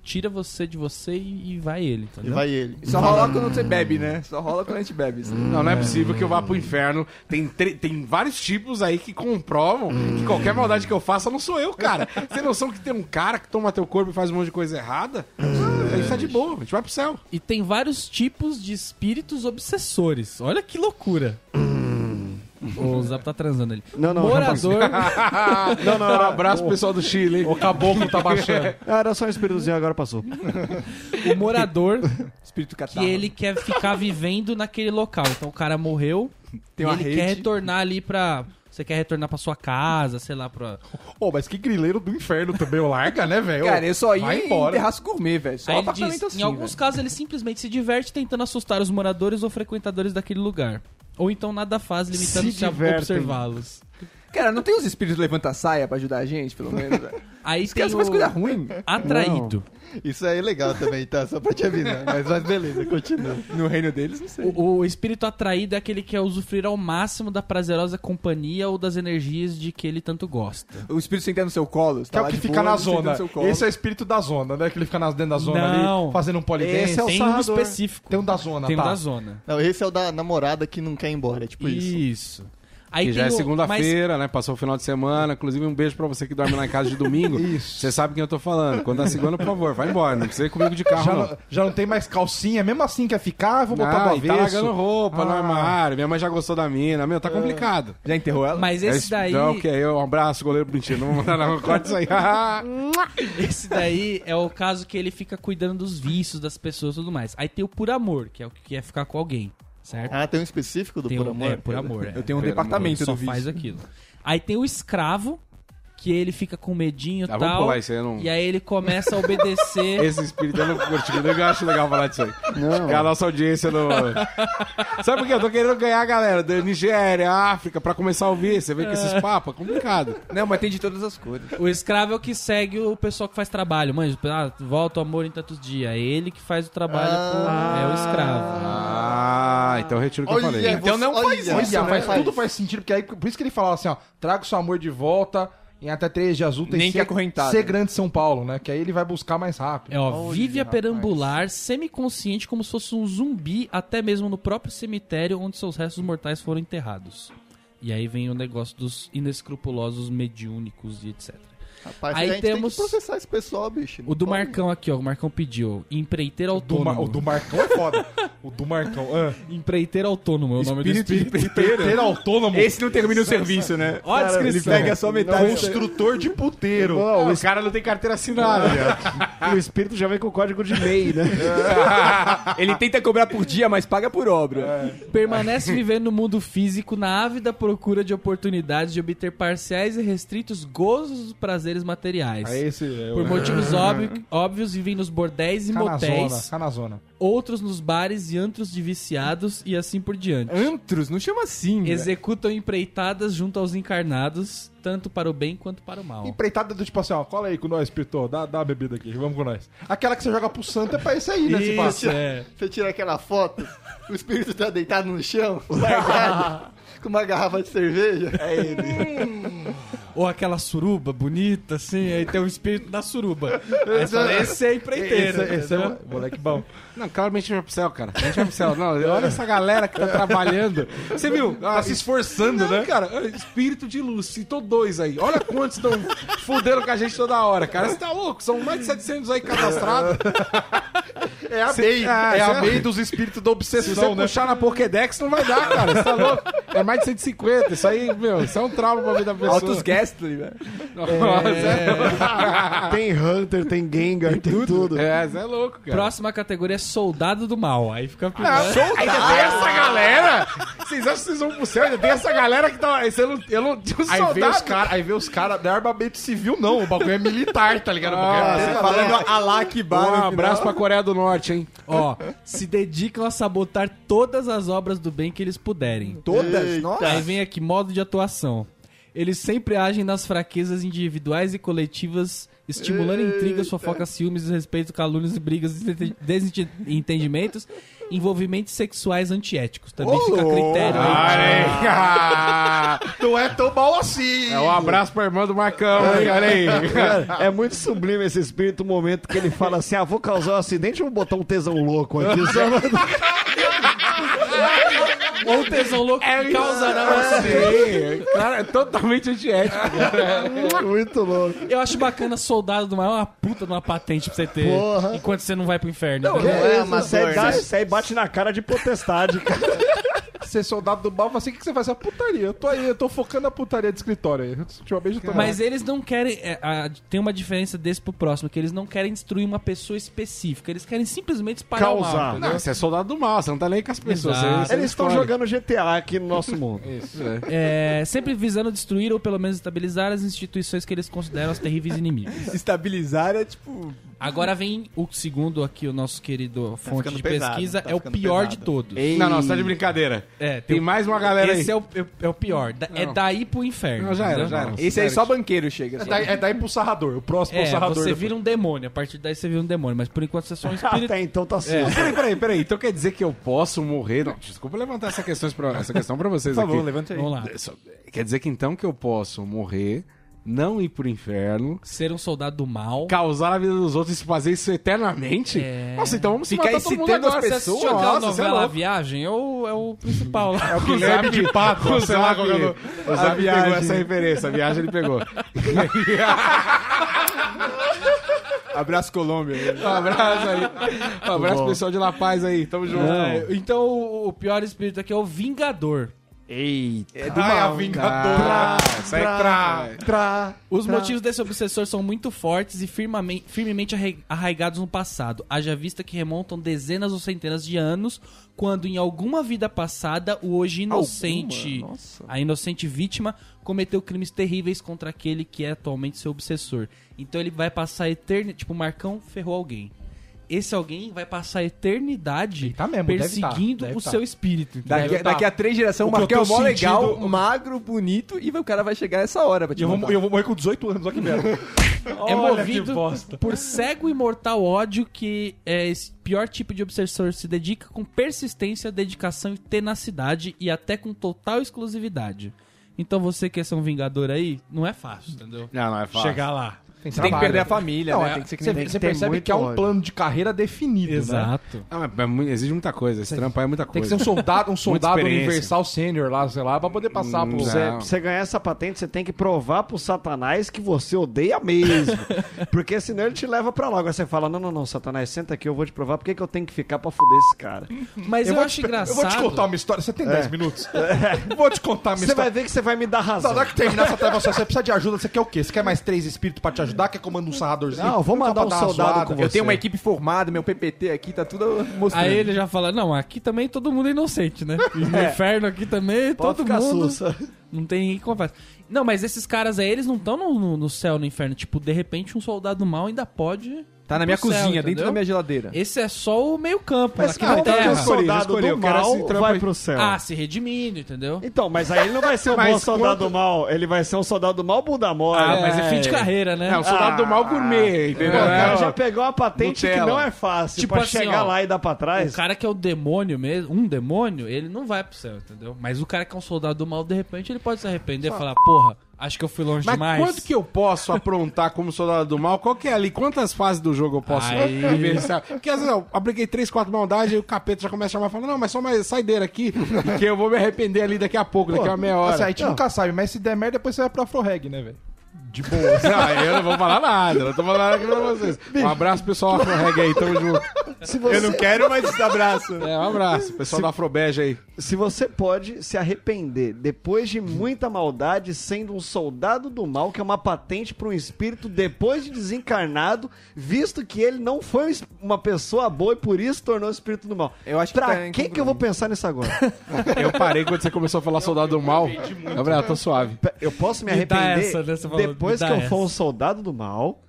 Speaker 1: tira você de você e, e vai ele, entendeu?
Speaker 5: Vai ele.
Speaker 4: Só rola quando você bebe, né? Só rola quando a gente bebe. assim. isso.
Speaker 3: Não, não é possível que eu vá pro inferno. Tem, tre- tem vários tipos aí que comprovam que qualquer maldade que eu faça não sou eu, cara. Você tem noção que tem um cara que toma teu corpo e faz um monte de coisa errada? Ah, isso tá de boa, a gente vai
Speaker 2: *laughs*
Speaker 3: pro céu.
Speaker 1: E tem vários tipos de espíritos obsessores. Olha que loucura.
Speaker 4: Hum.
Speaker 1: O Zap tá transando ali.
Speaker 6: Não, não,
Speaker 1: Morador.
Speaker 3: Não, não, um abraço pro pessoal do Chile, hein?
Speaker 2: O caboclo tá baixando.
Speaker 6: Ah, era só um espíritozinho, agora passou.
Speaker 1: o
Speaker 4: *laughs*
Speaker 1: morador
Speaker 4: Espírito
Speaker 1: que
Speaker 4: catarro.
Speaker 1: ele quer ficar vivendo naquele local. Então o cara morreu
Speaker 4: Tem
Speaker 1: e
Speaker 4: uma
Speaker 1: ele
Speaker 4: rede.
Speaker 1: quer retornar ali pra. Você quer retornar pra sua casa, sei lá, pra.
Speaker 2: Ô, mas que grileiro do inferno também, ô, larga, né, velho?
Speaker 4: Cara, eu só ia
Speaker 2: Vai
Speaker 4: em
Speaker 2: embora.
Speaker 4: terraço gourmet, velho. Só
Speaker 1: Aí ele
Speaker 4: apartamento
Speaker 1: diz,
Speaker 4: assim,
Speaker 1: em alguns
Speaker 4: velho.
Speaker 1: casos ele simplesmente se diverte tentando assustar os moradores ou frequentadores daquele lugar. Ou então nada faz, limitando-se a
Speaker 6: divertem.
Speaker 1: observá-los.
Speaker 4: Cara, não tem os espíritos levanta-saia pra ajudar a gente, pelo menos, velho?
Speaker 1: Aí
Speaker 4: Os
Speaker 1: tem
Speaker 4: caras fazem coisa
Speaker 1: o
Speaker 4: ruim.
Speaker 1: atraído.
Speaker 5: Isso aí é legal também, tá? Só pra te avisar. Mas, mas beleza, continua.
Speaker 4: No reino deles, não sei.
Speaker 1: O, o espírito atraído é aquele que quer usufruir ao máximo da prazerosa companhia ou das energias de que ele tanto gosta.
Speaker 4: O espírito sentado no seu colo. você
Speaker 2: Que
Speaker 4: tá
Speaker 2: é o
Speaker 4: lá
Speaker 2: que
Speaker 4: de
Speaker 2: fica
Speaker 4: boa,
Speaker 2: na
Speaker 4: ele senta
Speaker 2: zona.
Speaker 4: no seu colo.
Speaker 2: Esse é o espírito da zona, né? Que ele fica nas- dentro da zona ali,
Speaker 1: Não.
Speaker 2: fazendo um polidense.
Speaker 6: Esse é o
Speaker 1: tem um
Speaker 6: sarrador.
Speaker 1: específico.
Speaker 2: Tem um da zona,
Speaker 1: Tem um
Speaker 2: tá?
Speaker 1: da zona.
Speaker 5: Não, esse é o da namorada que não quer ir embora, é tipo isso.
Speaker 1: Isso. Aí tem
Speaker 3: Que já é
Speaker 1: o- mas
Speaker 3: segunda-feira, né? Passou o final de semana. Inclusive, um beijo pra você que dorme lá em casa de
Speaker 2: *laughs*
Speaker 3: domingo.
Speaker 2: Isso.
Speaker 3: Você sabe quem eu tô falando. Quando é segunda, por favor, vai embora. Não precisa ir comigo de carro,
Speaker 2: Já
Speaker 3: não.
Speaker 2: não, já não tem mais calcinha, mesmo assim quer ficar, vou botar
Speaker 3: Ah,
Speaker 2: do
Speaker 3: e tá
Speaker 2: avesso.
Speaker 3: largando roupa no
Speaker 2: Ah. É.
Speaker 3: armário. Minha mãe já gostou da mina. Meu, tá complicado.
Speaker 4: Já enterrou ela?
Speaker 1: Mas esse daí,
Speaker 3: Não, que é eu. Um abraço, goleiro. Mentira, não vou mandar não. *laughs* Corta isso aí. Ah,
Speaker 1: *laughs* esse daí é o caso que ele fica cuidando dos vícios das pessoas e tudo mais. Aí tem o por amor, que é o que é ficar com alguém, certo?
Speaker 5: Ah, tem um específico do
Speaker 1: Tem
Speaker 5: por
Speaker 1: o-
Speaker 5: amor?
Speaker 1: é, por amor. é.
Speaker 4: Eu tenho um
Speaker 3: Pelo
Speaker 4: departamento
Speaker 1: só
Speaker 4: do vício.
Speaker 1: faz aquilo. Aí tem o escravo, que ele fica com medinho e
Speaker 3: Ah, vamos
Speaker 1: tal.
Speaker 3: pular isso aí, eu não-
Speaker 1: E aí ele começa a obedecer. *laughs*
Speaker 3: Esse espírito eu não curti. Eu acho legal falar disso aí.
Speaker 6: Não.
Speaker 3: É a nossa audiência no. Sabe por quê? Eu tô querendo ganhar a galera da Nigéria, África, pra começar a ouvir. Você vê que esses papos é complicado.
Speaker 4: Não, mas tem de todas as cores.
Speaker 1: O escravo é o que segue o pessoal que faz trabalho. Mãe, ah, volta o amor em tantos dias. É ele que faz o trabalho. pro- É o escravo.
Speaker 3: Ah, então eu retiro o que eu falei.
Speaker 5: então não faz né?
Speaker 2: Olha, faz- tudo faz sentido, porque aí, por isso que ele falava assim, ó, traga o seu amor de volta em até três de azul, tem
Speaker 4: Nem que
Speaker 2: ser-
Speaker 4: acorrentado.
Speaker 2: ser grande São Paulo, né? Que aí ele vai buscar mais rápido.
Speaker 1: É, ó, vive a perambular, semiconsciente, como se fosse um zumbi, até mesmo no próprio cemitério onde seus restos mortais foram enterrados. E aí vem o negócio dos inescrupulosos mediúnicos e etc.
Speaker 5: Rapaz,
Speaker 1: Aí
Speaker 5: a gente
Speaker 1: temos-
Speaker 5: tem que processar esse pessoal, bicho.
Speaker 1: O do
Speaker 5: Pode.
Speaker 1: Marcão aqui, ó. O Marcão pediu. Empreiteiro
Speaker 2: Do
Speaker 1: autônomo.
Speaker 2: Mar- o do Marcão é foda. *laughs* o do Marcão. Ah,
Speaker 1: Empreiteiro autônomo é o nome do espírito.
Speaker 2: empreiteiro é autônomo. é
Speaker 3: Esse não termina o serviço, né?
Speaker 1: Ó a descrição.
Speaker 4: Pega só metade.
Speaker 2: Construtor de puteiro.
Speaker 6: Ó, o,
Speaker 3: O
Speaker 6: es-
Speaker 3: cara não tem carteira assinada.
Speaker 6: o espírito já vem com o código de MEI, né?
Speaker 4: *laughs* Ele tenta cobrar por dia, mas paga por obra.
Speaker 1: Permanece vivendo no mundo físico na ávida procura de oportunidades de obter parciais e restritos gozos dos prazeres materiais.
Speaker 2: Aí esse é o-
Speaker 1: Por
Speaker 2: *laughs*
Speaker 1: motivos óbvio- óbvios, vivem nos bordéis e motéis,
Speaker 2: Canazona.
Speaker 1: outros nos bares e antros de viciados e assim por diante.
Speaker 4: Antros, não chama assim. velho.
Speaker 1: Executam empreitadas junto aos encarnados, tanto para o bem quanto para o mal.
Speaker 2: Empreitada do tipo assim, ó, cola aí com nós, Pitor, dá, dá a bebida aqui, vamos com nós. Aquela que você joga pro santo é pra isso aí, né? Isso,
Speaker 1: Isso, é.
Speaker 5: Você tira aquela foto, o espírito tá deitado
Speaker 1: *laughs*
Speaker 5: no chão, largado, com uma garrafa de cerveja. É ele.
Speaker 1: Ou aquela suruba bonita, assim, aí tem o espírito da
Speaker 2: *laughs*
Speaker 1: suruba. Aí você fala, Esse é empreiteiro.
Speaker 2: Esse, esse é
Speaker 1: entendeu?
Speaker 2: o moleque bom.
Speaker 3: Não, claramente a gente vai pro céu, cara. A gente vai pro céu. Não, olha essa galera que tá trabalhando. Você viu? tá se esforçando, né? Cara, olha, espírito de luz. Citou dois aí. Olha quantos estão fudendo com a gente toda hora, cara. Você tá louco? São mais de 700 aí cadastrados.
Speaker 2: É a
Speaker 3: Cê-
Speaker 2: MEI,
Speaker 3: Ah,
Speaker 2: é a
Speaker 3: cê-
Speaker 2: MEI dos espíritos da
Speaker 3: Se você
Speaker 2: obsessão,
Speaker 4: é
Speaker 2: né?
Speaker 3: puxar na Pokédex, não vai dar, cara. Você tá louco? É mais de 150. Isso aí, meu, isso é um trauma pra vida da pessoa.
Speaker 4: Altos Gastly, velho.
Speaker 3: Nossa, é,
Speaker 6: Ah, tem Hunter, tem Gengar, tem tudo.
Speaker 3: é, você é louco, cara.
Speaker 1: Próxima categoria é soldado do mal. Aí fica
Speaker 3: Ah,
Speaker 1: pior.
Speaker 3: ainda tem essa galera? Vocês acham que vocês vão pro céu? Ainda tem essa galera que tá. Esse eu não. Eu não tinha um
Speaker 2: Aí vê os
Speaker 3: soldado.
Speaker 2: caras, aí vê os caras, não é armamento civil não, o bagulho é militar, tá ligado? O bagulho
Speaker 3: Ah,
Speaker 2: é-
Speaker 5: Você falando
Speaker 4: Alá
Speaker 6: né,
Speaker 3: Um abraço pra Coreia do Norte, hein?
Speaker 1: Ó, se dedicam a sabotar todas as obras do bem que eles puderem.
Speaker 4: Todas? Nossa.
Speaker 1: Aí vem aqui modo de atuação. Eles sempre agem nas fraquezas individuais e coletivas, estimulando intrigas, fofocas, ciúmes, desrespeito, calúnias, brigas, desente- desentendimentos, envolvimentos sexuais antiéticos. Também fica a critério. aí.
Speaker 3: Ah,
Speaker 5: Não é tão mal assim.
Speaker 3: É um abraço pra irmã do Marcão, hein? Olha *laughs* aí.
Speaker 6: Cara, *laughs* é muito sublime esse espírito, o momento que ele fala assim: ah, vou causar um acidente, vou botar um tesão louco
Speaker 2: *laughs*
Speaker 6: aqui. Só...
Speaker 1: Ou o tesão louco que causará uma
Speaker 3: Sim, cara, é totalmente antiético.
Speaker 6: muito louco.
Speaker 1: Eu acho bacana soldado do maior uma puta numa patente pra você ter
Speaker 6: Porra.
Speaker 1: enquanto você não vai pro inferno.
Speaker 5: Não é
Speaker 6: Isso,
Speaker 5: amador,
Speaker 6: você dá-
Speaker 5: né?
Speaker 6: Isso aí bate na cara de potestade,
Speaker 2: Ah,
Speaker 6: cara.
Speaker 2: Ser soldado do mal, fala assim, o que que você faz? É putaria. Eu tô aí, eu tô focando na putaria de escritório aí. Ultimamente eu tô...
Speaker 1: Mas eles não querem. é, a- tem uma diferença desse pro próximo, que eles não querem destruir uma pessoa específica. Eles querem simplesmente espalhar o mal,
Speaker 6: Causar.
Speaker 1: entendeu?
Speaker 3: Não, você é soldado do mal, você não tá nem com as pessoas.
Speaker 1: Exato.
Speaker 3: você- você
Speaker 2: é
Speaker 6: Eles estão
Speaker 3: escolhe.
Speaker 6: jogando GTA aqui no nosso mundo.
Speaker 1: É, sempre visando destruir ou pelo menos estabilizar as instituições que eles consideram as terríveis inimigas.
Speaker 4: Estabilizar é tipo.
Speaker 1: Agora vem o segundo aqui, o nosso querido fonte
Speaker 5: ficando
Speaker 1: de
Speaker 5: pesado,
Speaker 1: pesquisa,
Speaker 5: tá
Speaker 1: é o
Speaker 5: ficando
Speaker 1: pior de
Speaker 5: pesado.
Speaker 1: todos.
Speaker 3: Não, não, você tá de brincadeira.
Speaker 1: É, tem
Speaker 3: Tem
Speaker 1: o-
Speaker 3: mais uma galera aí.
Speaker 1: esse é o, é, o pior. Da- é daí pro inferno.
Speaker 3: Não, já era,
Speaker 1: entendeu?
Speaker 3: já era.
Speaker 4: Esse aí só banqueiro chega.
Speaker 2: É daí, é daí pro sarrador. O próximo é, o
Speaker 1: É,
Speaker 2: sarrador.
Speaker 1: você
Speaker 2: depois.
Speaker 1: vira um demônio. A partir daí você vira um demônio. Mas por enquanto você é só um espírito.
Speaker 6: Até então
Speaker 2: É.
Speaker 6: tá certo.
Speaker 3: Peraí, peraí, peraí. Então quer dizer que eu posso morrer? Não, desculpa levantar essa questão pra, essa questão pra vocês
Speaker 4: Por favor,
Speaker 3: aqui.
Speaker 4: levante aí.
Speaker 1: Vamos lá.
Speaker 3: Isso- Quer dizer que então que eu posso morrer, não ir pro inferno,
Speaker 1: Ser um soldado do mal.
Speaker 3: causar a vida dos outros e fazer isso eternamente?
Speaker 1: É.
Speaker 3: Nossa, então vamos
Speaker 4: Ficar
Speaker 3: matar todo mundo
Speaker 4: excitando
Speaker 3: agora.
Speaker 4: as
Speaker 3: Você
Speaker 4: pessoas?
Speaker 3: assistiu aquela
Speaker 1: Aquela
Speaker 3: novela
Speaker 1: novela A Viagem é o, é o principal lá.
Speaker 3: O Guilherme de Pato, o Zap, o Zap pegou essa referência, a viagem ele pegou.
Speaker 4: Abraço, Colômbia.
Speaker 3: Um abraço aí. Um abraço pro pessoal de La Paz aí, tamo junto.
Speaker 1: É, então o, o pior espírito aqui é o Vingador.
Speaker 4: É do
Speaker 3: Ai, a
Speaker 4: mal.
Speaker 3: vingadora. Sai pra...
Speaker 1: Os motivos desse obsessor são muito fortes e firmamen- firmemente arre- arraigados no passado, haja vista que remontam dezenas ou centenas de anos, quando em alguma vida passada o hoje inocente, a inocente vítima, cometeu crimes terríveis contra aquele que é atualmente seu obsessor. Então ele vai passar a eternidade. Tipo, o Marcão ferrou alguém. Esse alguém vai passar a eternidade
Speaker 2: tá mesmo, deve tá,
Speaker 1: perseguindo
Speaker 2: deve
Speaker 1: o
Speaker 2: tá.
Speaker 1: seu espírito. entendeu?
Speaker 4: Daqui, daqui a três gerações, o
Speaker 2: que eu
Speaker 4: Marquinhos é
Speaker 2: tô
Speaker 4: mó legal,
Speaker 2: sentindo-
Speaker 4: magro, bonito, e vai- o cara vai chegar essa hora pra te
Speaker 2: E eu vou,
Speaker 4: matar.
Speaker 2: eu vou morrer com 18 anos, olha que merda.
Speaker 1: é movido por cego e mortal ódio que é, esse pior tipo de obsessor se dedica com persistência, dedicação e tenacidade e até com total exclusividade. Então você quer ser um vingador aí, não é fácil, entendeu?
Speaker 3: Não, não é fácil.
Speaker 1: Chegar lá.
Speaker 4: Você tem que perder a família,
Speaker 2: Não,
Speaker 4: né?
Speaker 2: é-
Speaker 4: Tem que ser que
Speaker 2: você
Speaker 4: nem-
Speaker 2: você
Speaker 6: tem
Speaker 2: percebe
Speaker 6: muito
Speaker 2: que é um
Speaker 6: ódio.
Speaker 2: plano de carreira definido, né?
Speaker 1: Exato.
Speaker 3: Ah, mas é muito- exige muita coisa, esse trampo aí é muita
Speaker 2: Tem que
Speaker 3: coisa.
Speaker 2: ser um soldado, um soldado
Speaker 3: experiência.
Speaker 2: universal sênior lá, sei lá, pra poder passar
Speaker 3: Hum,
Speaker 2: por...
Speaker 3: já.
Speaker 6: Você,
Speaker 3: Não.
Speaker 6: pra você ganhar essa patente, você tem que provar pro Satanás que você odeia mesmo. porque senão ele te leva pra lá. Agora você fala: não, não, não, Satanás, senta aqui, eu vou te provar. Por que, que eu tenho que ficar pra fuder esse cara?
Speaker 1: Mas eu,
Speaker 2: vou
Speaker 1: acho
Speaker 2: te- Eu
Speaker 1: engraçado.
Speaker 2: vou te contar uma história. Você tem 10 minutos? Eu Vou te contar uma
Speaker 6: Você vai
Speaker 2: história.
Speaker 6: ver que você vai me dar razão.
Speaker 2: Na hora que terminar essa tarefa social, você precisa de ajuda, você quer o quê? Você quer mais três espíritos pra te ajudar? Quer comando um sarradorzinho?
Speaker 6: Não, vou mandar
Speaker 4: Tá
Speaker 2: Só pra
Speaker 6: um
Speaker 2: dar uma
Speaker 6: soldado
Speaker 2: zoada.
Speaker 6: com você.
Speaker 4: Eu tenho uma equipe formada, meu PPT aqui tá tudo mostrando.
Speaker 1: Aí ele já fala, não, aqui também todo mundo é inocente,
Speaker 2: *laughs*
Speaker 1: né? No
Speaker 2: É.
Speaker 1: inferno aqui também,
Speaker 6: Pode
Speaker 1: todo
Speaker 6: ficar
Speaker 1: mundo...
Speaker 6: sussa.
Speaker 1: *laughs* Não tem ninguém que confessa. Não, mas esses caras aí, eles não estão no, no- no céu, no inferno. Tipo, de repente um soldado mal ainda pode...
Speaker 4: Tá na minha
Speaker 1: pro céu,
Speaker 4: cozinha, dentro
Speaker 1: entendeu?
Speaker 4: da minha geladeira.
Speaker 1: Esse é só o meio campo,
Speaker 6: Mas
Speaker 1: aqui
Speaker 6: como
Speaker 1: na
Speaker 6: que o
Speaker 1: terra.
Speaker 3: escolhi,
Speaker 6: soldado
Speaker 3: escolhi,
Speaker 6: do
Speaker 3: eu quero esse
Speaker 6: mal
Speaker 3: trampo
Speaker 6: vai
Speaker 3: aí.
Speaker 6: pro céu?
Speaker 1: Ah, se redimindo, entendeu?
Speaker 6: Então, mas aí ele não vai ser um
Speaker 3: Mas
Speaker 6: bom soldado
Speaker 3: quando-
Speaker 6: mal, ele vai ser um soldado mal bunda mole.
Speaker 1: Ah, mas é fim de carreira, né?
Speaker 3: É, o soldado do mal gourmet, entendeu?
Speaker 6: O cara já
Speaker 3: É,
Speaker 6: pegou uma patente
Speaker 3: Nutella.
Speaker 6: que não é fácil
Speaker 1: Tipo
Speaker 6: pra
Speaker 1: assim,
Speaker 6: chegar
Speaker 1: ó,
Speaker 6: lá e dar pra trás.
Speaker 1: O cara que é o demônio mesmo, um demônio, ele não vai pro céu, entendeu? Mas o cara que é um soldado do mal, de repente, ele pode se arrepender e falar, porra, acho que eu fui longe
Speaker 3: Mas
Speaker 1: demais.
Speaker 3: quanto que eu posso aprontar como soldado do mal? Qual que é ali? Quantas fases do jogo eu posso
Speaker 1: Aí.
Speaker 3: vivenciar? Porque às vezes eu apliquei três, quatro maldades e o capeta já começa a chamar e fala, não, mas só mais saideira aqui, que eu vou me arrepender ali daqui a pouco, daqui a meia hora.
Speaker 2: Assim, a gente nunca sabe, mas se der merda, depois você vai pra Afroreg, né, velho?
Speaker 3: De boa. Não, eu não vou falar nada, não tô falando nada aqui pra vocês. Um abraço, pessoal da Afro aí, tamo junto.
Speaker 6: Se você,
Speaker 4: Eu não quero mais esse abraço.
Speaker 3: É, um abraço, pessoal da Afrobeja aí.
Speaker 6: se você pode se arrepender depois de muita maldade, sendo um soldado do mal, que é uma patente pra um espírito depois de desencarnado, visto que ele não foi um es- uma pessoa boa e por isso tornou o espírito do mal.
Speaker 4: Eu acho que
Speaker 6: pra
Speaker 4: tá
Speaker 6: que,
Speaker 4: incongruente.
Speaker 6: que eu vou pensar
Speaker 1: *laughs*
Speaker 6: nisso agora?
Speaker 3: Eu parei quando você começou a falar soldado do mal. Gabriel, tô suave.
Speaker 6: Pe- Eu posso me
Speaker 1: Me dá
Speaker 6: arrepender
Speaker 1: essa, né? Você falou,
Speaker 6: depois
Speaker 1: me
Speaker 6: que
Speaker 1: dá
Speaker 6: eu for um
Speaker 1: essa.
Speaker 6: soldado do mal.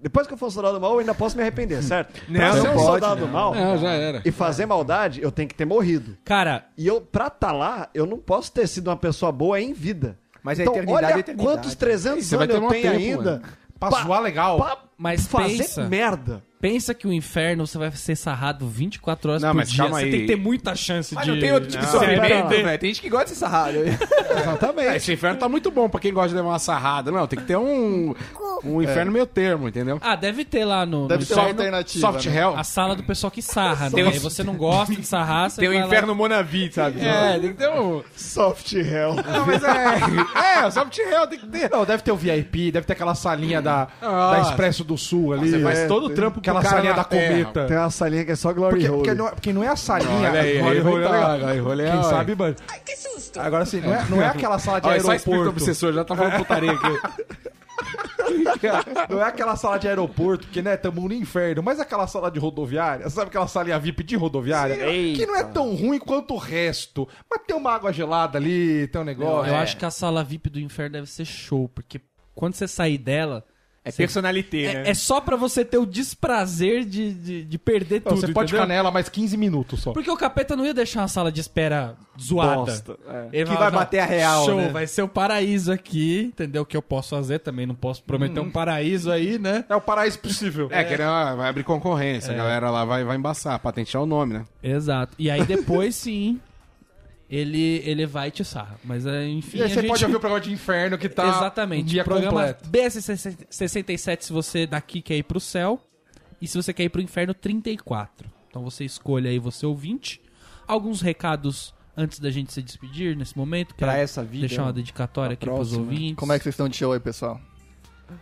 Speaker 6: Depois que eu for um soldado do mal, eu ainda posso me arrepender, certo? pra
Speaker 3: não
Speaker 6: ser um
Speaker 3: pode,
Speaker 6: soldado do mal
Speaker 3: Não, já era.
Speaker 6: e fazer maldade, eu tenho que ter morrido.
Speaker 1: Cara,
Speaker 6: E eu, pra tá lá, eu não posso ter sido uma pessoa boa em vida.
Speaker 4: Mas a
Speaker 6: Então,
Speaker 4: eternidade é
Speaker 6: olha
Speaker 4: eternidade.
Speaker 6: quantos 300
Speaker 3: Você vai
Speaker 6: anos eu
Speaker 3: ter um
Speaker 6: tenho
Speaker 3: tempo,
Speaker 6: ainda
Speaker 2: Pra
Speaker 6: Pa-
Speaker 2: zoar legal.
Speaker 6: pra
Speaker 1: Mas
Speaker 6: fazer
Speaker 1: pensa.
Speaker 6: merda.
Speaker 1: Pensa que o inferno você vai ser sarrado 24 horas
Speaker 3: Não,
Speaker 1: por
Speaker 3: mas
Speaker 1: dia.
Speaker 3: calma
Speaker 1: Você
Speaker 3: aí.
Speaker 1: tem que ter muita chance
Speaker 4: Mas
Speaker 1: de.
Speaker 4: não tem outro tipo de
Speaker 6: Não, pera
Speaker 4: sofrimento,
Speaker 6: lá.
Speaker 4: velho. Tem gente que gosta de sarrado.
Speaker 3: É, esse inferno tá muito bom pra quem gosta de levar uma sarrada. Não, tem que ter um, um inferno meio termo, entendeu?
Speaker 1: Ah, deve ter lá no.
Speaker 5: Deve
Speaker 1: no
Speaker 5: ter uma
Speaker 1: inferno
Speaker 5: alternativa.
Speaker 3: Soft
Speaker 5: né?
Speaker 3: hell.
Speaker 1: a sala do pessoal que sarra, né? Aí você não gosta de sarrar, você
Speaker 4: Tem o
Speaker 1: vai lá-
Speaker 4: inferno Monavi, sabe?
Speaker 3: É, tem que ter um.
Speaker 6: Soft hell.
Speaker 3: Não, mas *laughs* é. É, o soft hell tem que ter.
Speaker 2: *laughs* Não, deve ter o VIP, deve ter aquela salinha da,
Speaker 3: Ah.
Speaker 2: da Expresso do Sul ali.
Speaker 3: Você faz
Speaker 2: É,
Speaker 3: todo o
Speaker 2: tem-
Speaker 3: trampo pro
Speaker 2: Aquela
Speaker 3: cara
Speaker 2: salinha
Speaker 3: na
Speaker 2: da
Speaker 3: terra.
Speaker 2: cometa.
Speaker 6: Tem uma salinha que é só Glory
Speaker 2: Porque,
Speaker 6: Hole.
Speaker 2: porque, não, é- porque não é a salinha.
Speaker 3: Olha aí,
Speaker 2: Glory
Speaker 3: aí,
Speaker 2: Hole é
Speaker 3: olha,
Speaker 2: legal.
Speaker 3: olha, olha,
Speaker 2: Quem
Speaker 3: olha.
Speaker 2: sabe, mano. Ai, que susto. Agora sim, não é, não é aquela sala de
Speaker 3: *laughs* Olha, só espírito
Speaker 2: aeroporto.
Speaker 3: obsessor, já tá falando putaria aqui.
Speaker 2: *laughs* Não é aquela sala de aeroporto, porque, né, tamo no inferno, mas aquela sala de rodoviária, sabe aquela salinha VIP de rodoviária? que não é tão ruim quanto o resto, mas tem uma água gelada ali, tem um
Speaker 1: Eu
Speaker 2: negócio.
Speaker 3: é.
Speaker 4: é.
Speaker 1: acho que a sala VIP do inferno deve ser show, porque quando você sair dela.
Speaker 4: É personalité, né?
Speaker 1: É, é só pra você ter o desprazer de, de, de perder
Speaker 2: Não,
Speaker 1: tudo.
Speaker 2: você pode
Speaker 1: entendeu?
Speaker 2: ficar nela mais 15 minutos só.
Speaker 1: Porque o capeta não ia deixar uma sala de espera zoada.
Speaker 2: é.
Speaker 1: Ele
Speaker 4: Que vai bater a real,
Speaker 1: Show,
Speaker 4: né?"
Speaker 1: vai ser o paraíso aqui, entendeu? O que eu posso fazer também, não posso prometer
Speaker 4: Hum.
Speaker 1: um paraíso aí, né?
Speaker 2: É o paraíso possível.
Speaker 3: É, que ele, ó, vai abrir concorrência, a galera lá vai, vai embaçar, patentear o nome, né?
Speaker 1: Exato. E aí depois, *laughs* sim, ele, ele vai te sarra. Mas é, enfim,
Speaker 2: E aí
Speaker 1: a
Speaker 2: você
Speaker 1: gente- *laughs*
Speaker 2: pode ouvir o programa de inferno que tá
Speaker 1: Exatamente.
Speaker 2: um dia
Speaker 1: Programa
Speaker 2: completo.
Speaker 1: BS67 se você daqui quer ir pro céu e se você quer ir pro inferno 34. Então você escolha aí você ouvinte. Alguns recados antes da gente se despedir nesse momento,
Speaker 4: Pra
Speaker 1: quero
Speaker 4: essa vida,
Speaker 1: deixar uma dedicatória aqui
Speaker 4: pra
Speaker 1: pros
Speaker 4: próxima.
Speaker 1: ouvintes.
Speaker 5: Como é que vocês estão de show aí, pessoal?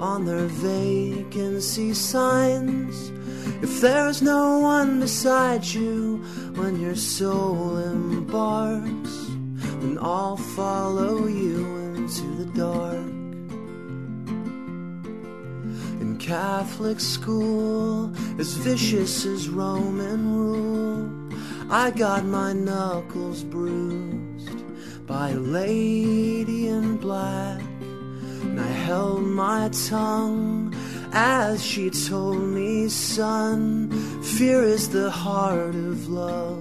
Speaker 8: on their vacancy signs, if there's no one beside you when your soul embarks, then I'll follow you into the dark. in Catholic school, as vicious as Roman rule. I got my knuckles bruised by a lady in black, and I held my tongue as she told me, son, fear is the heart of love.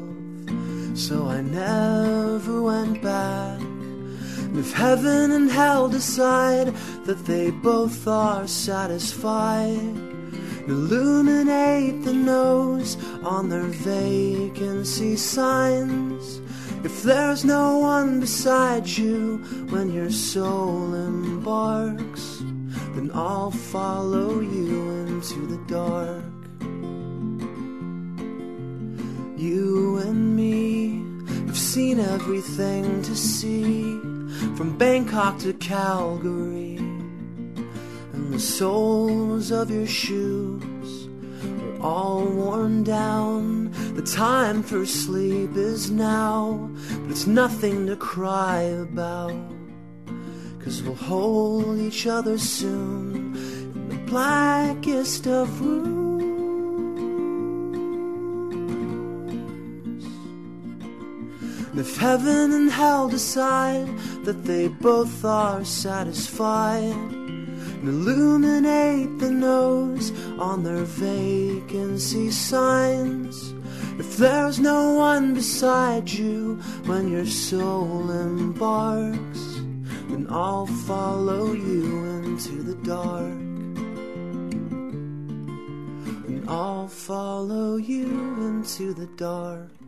Speaker 8: So I never went back. And if heaven and hell decide that they both are satisfied, illuminate the nose on their vacancy signs. If there's no one beside you when your soul embarks, then I'll follow you into the dark. You and me have seen everything to see from Bangkok to Calgary, and the soles of your shoes are all worn down. The time for sleep is now, but it's nothing to cry about. Cause we'll hold each other soon in the blackest of rooms. And if heaven and hell decide that they both are satisfied, and illuminate the nose on their vacancy signs. If there's no one beside you when your soul embarks, then I'll follow you into the dark. And I'll follow you into the dark.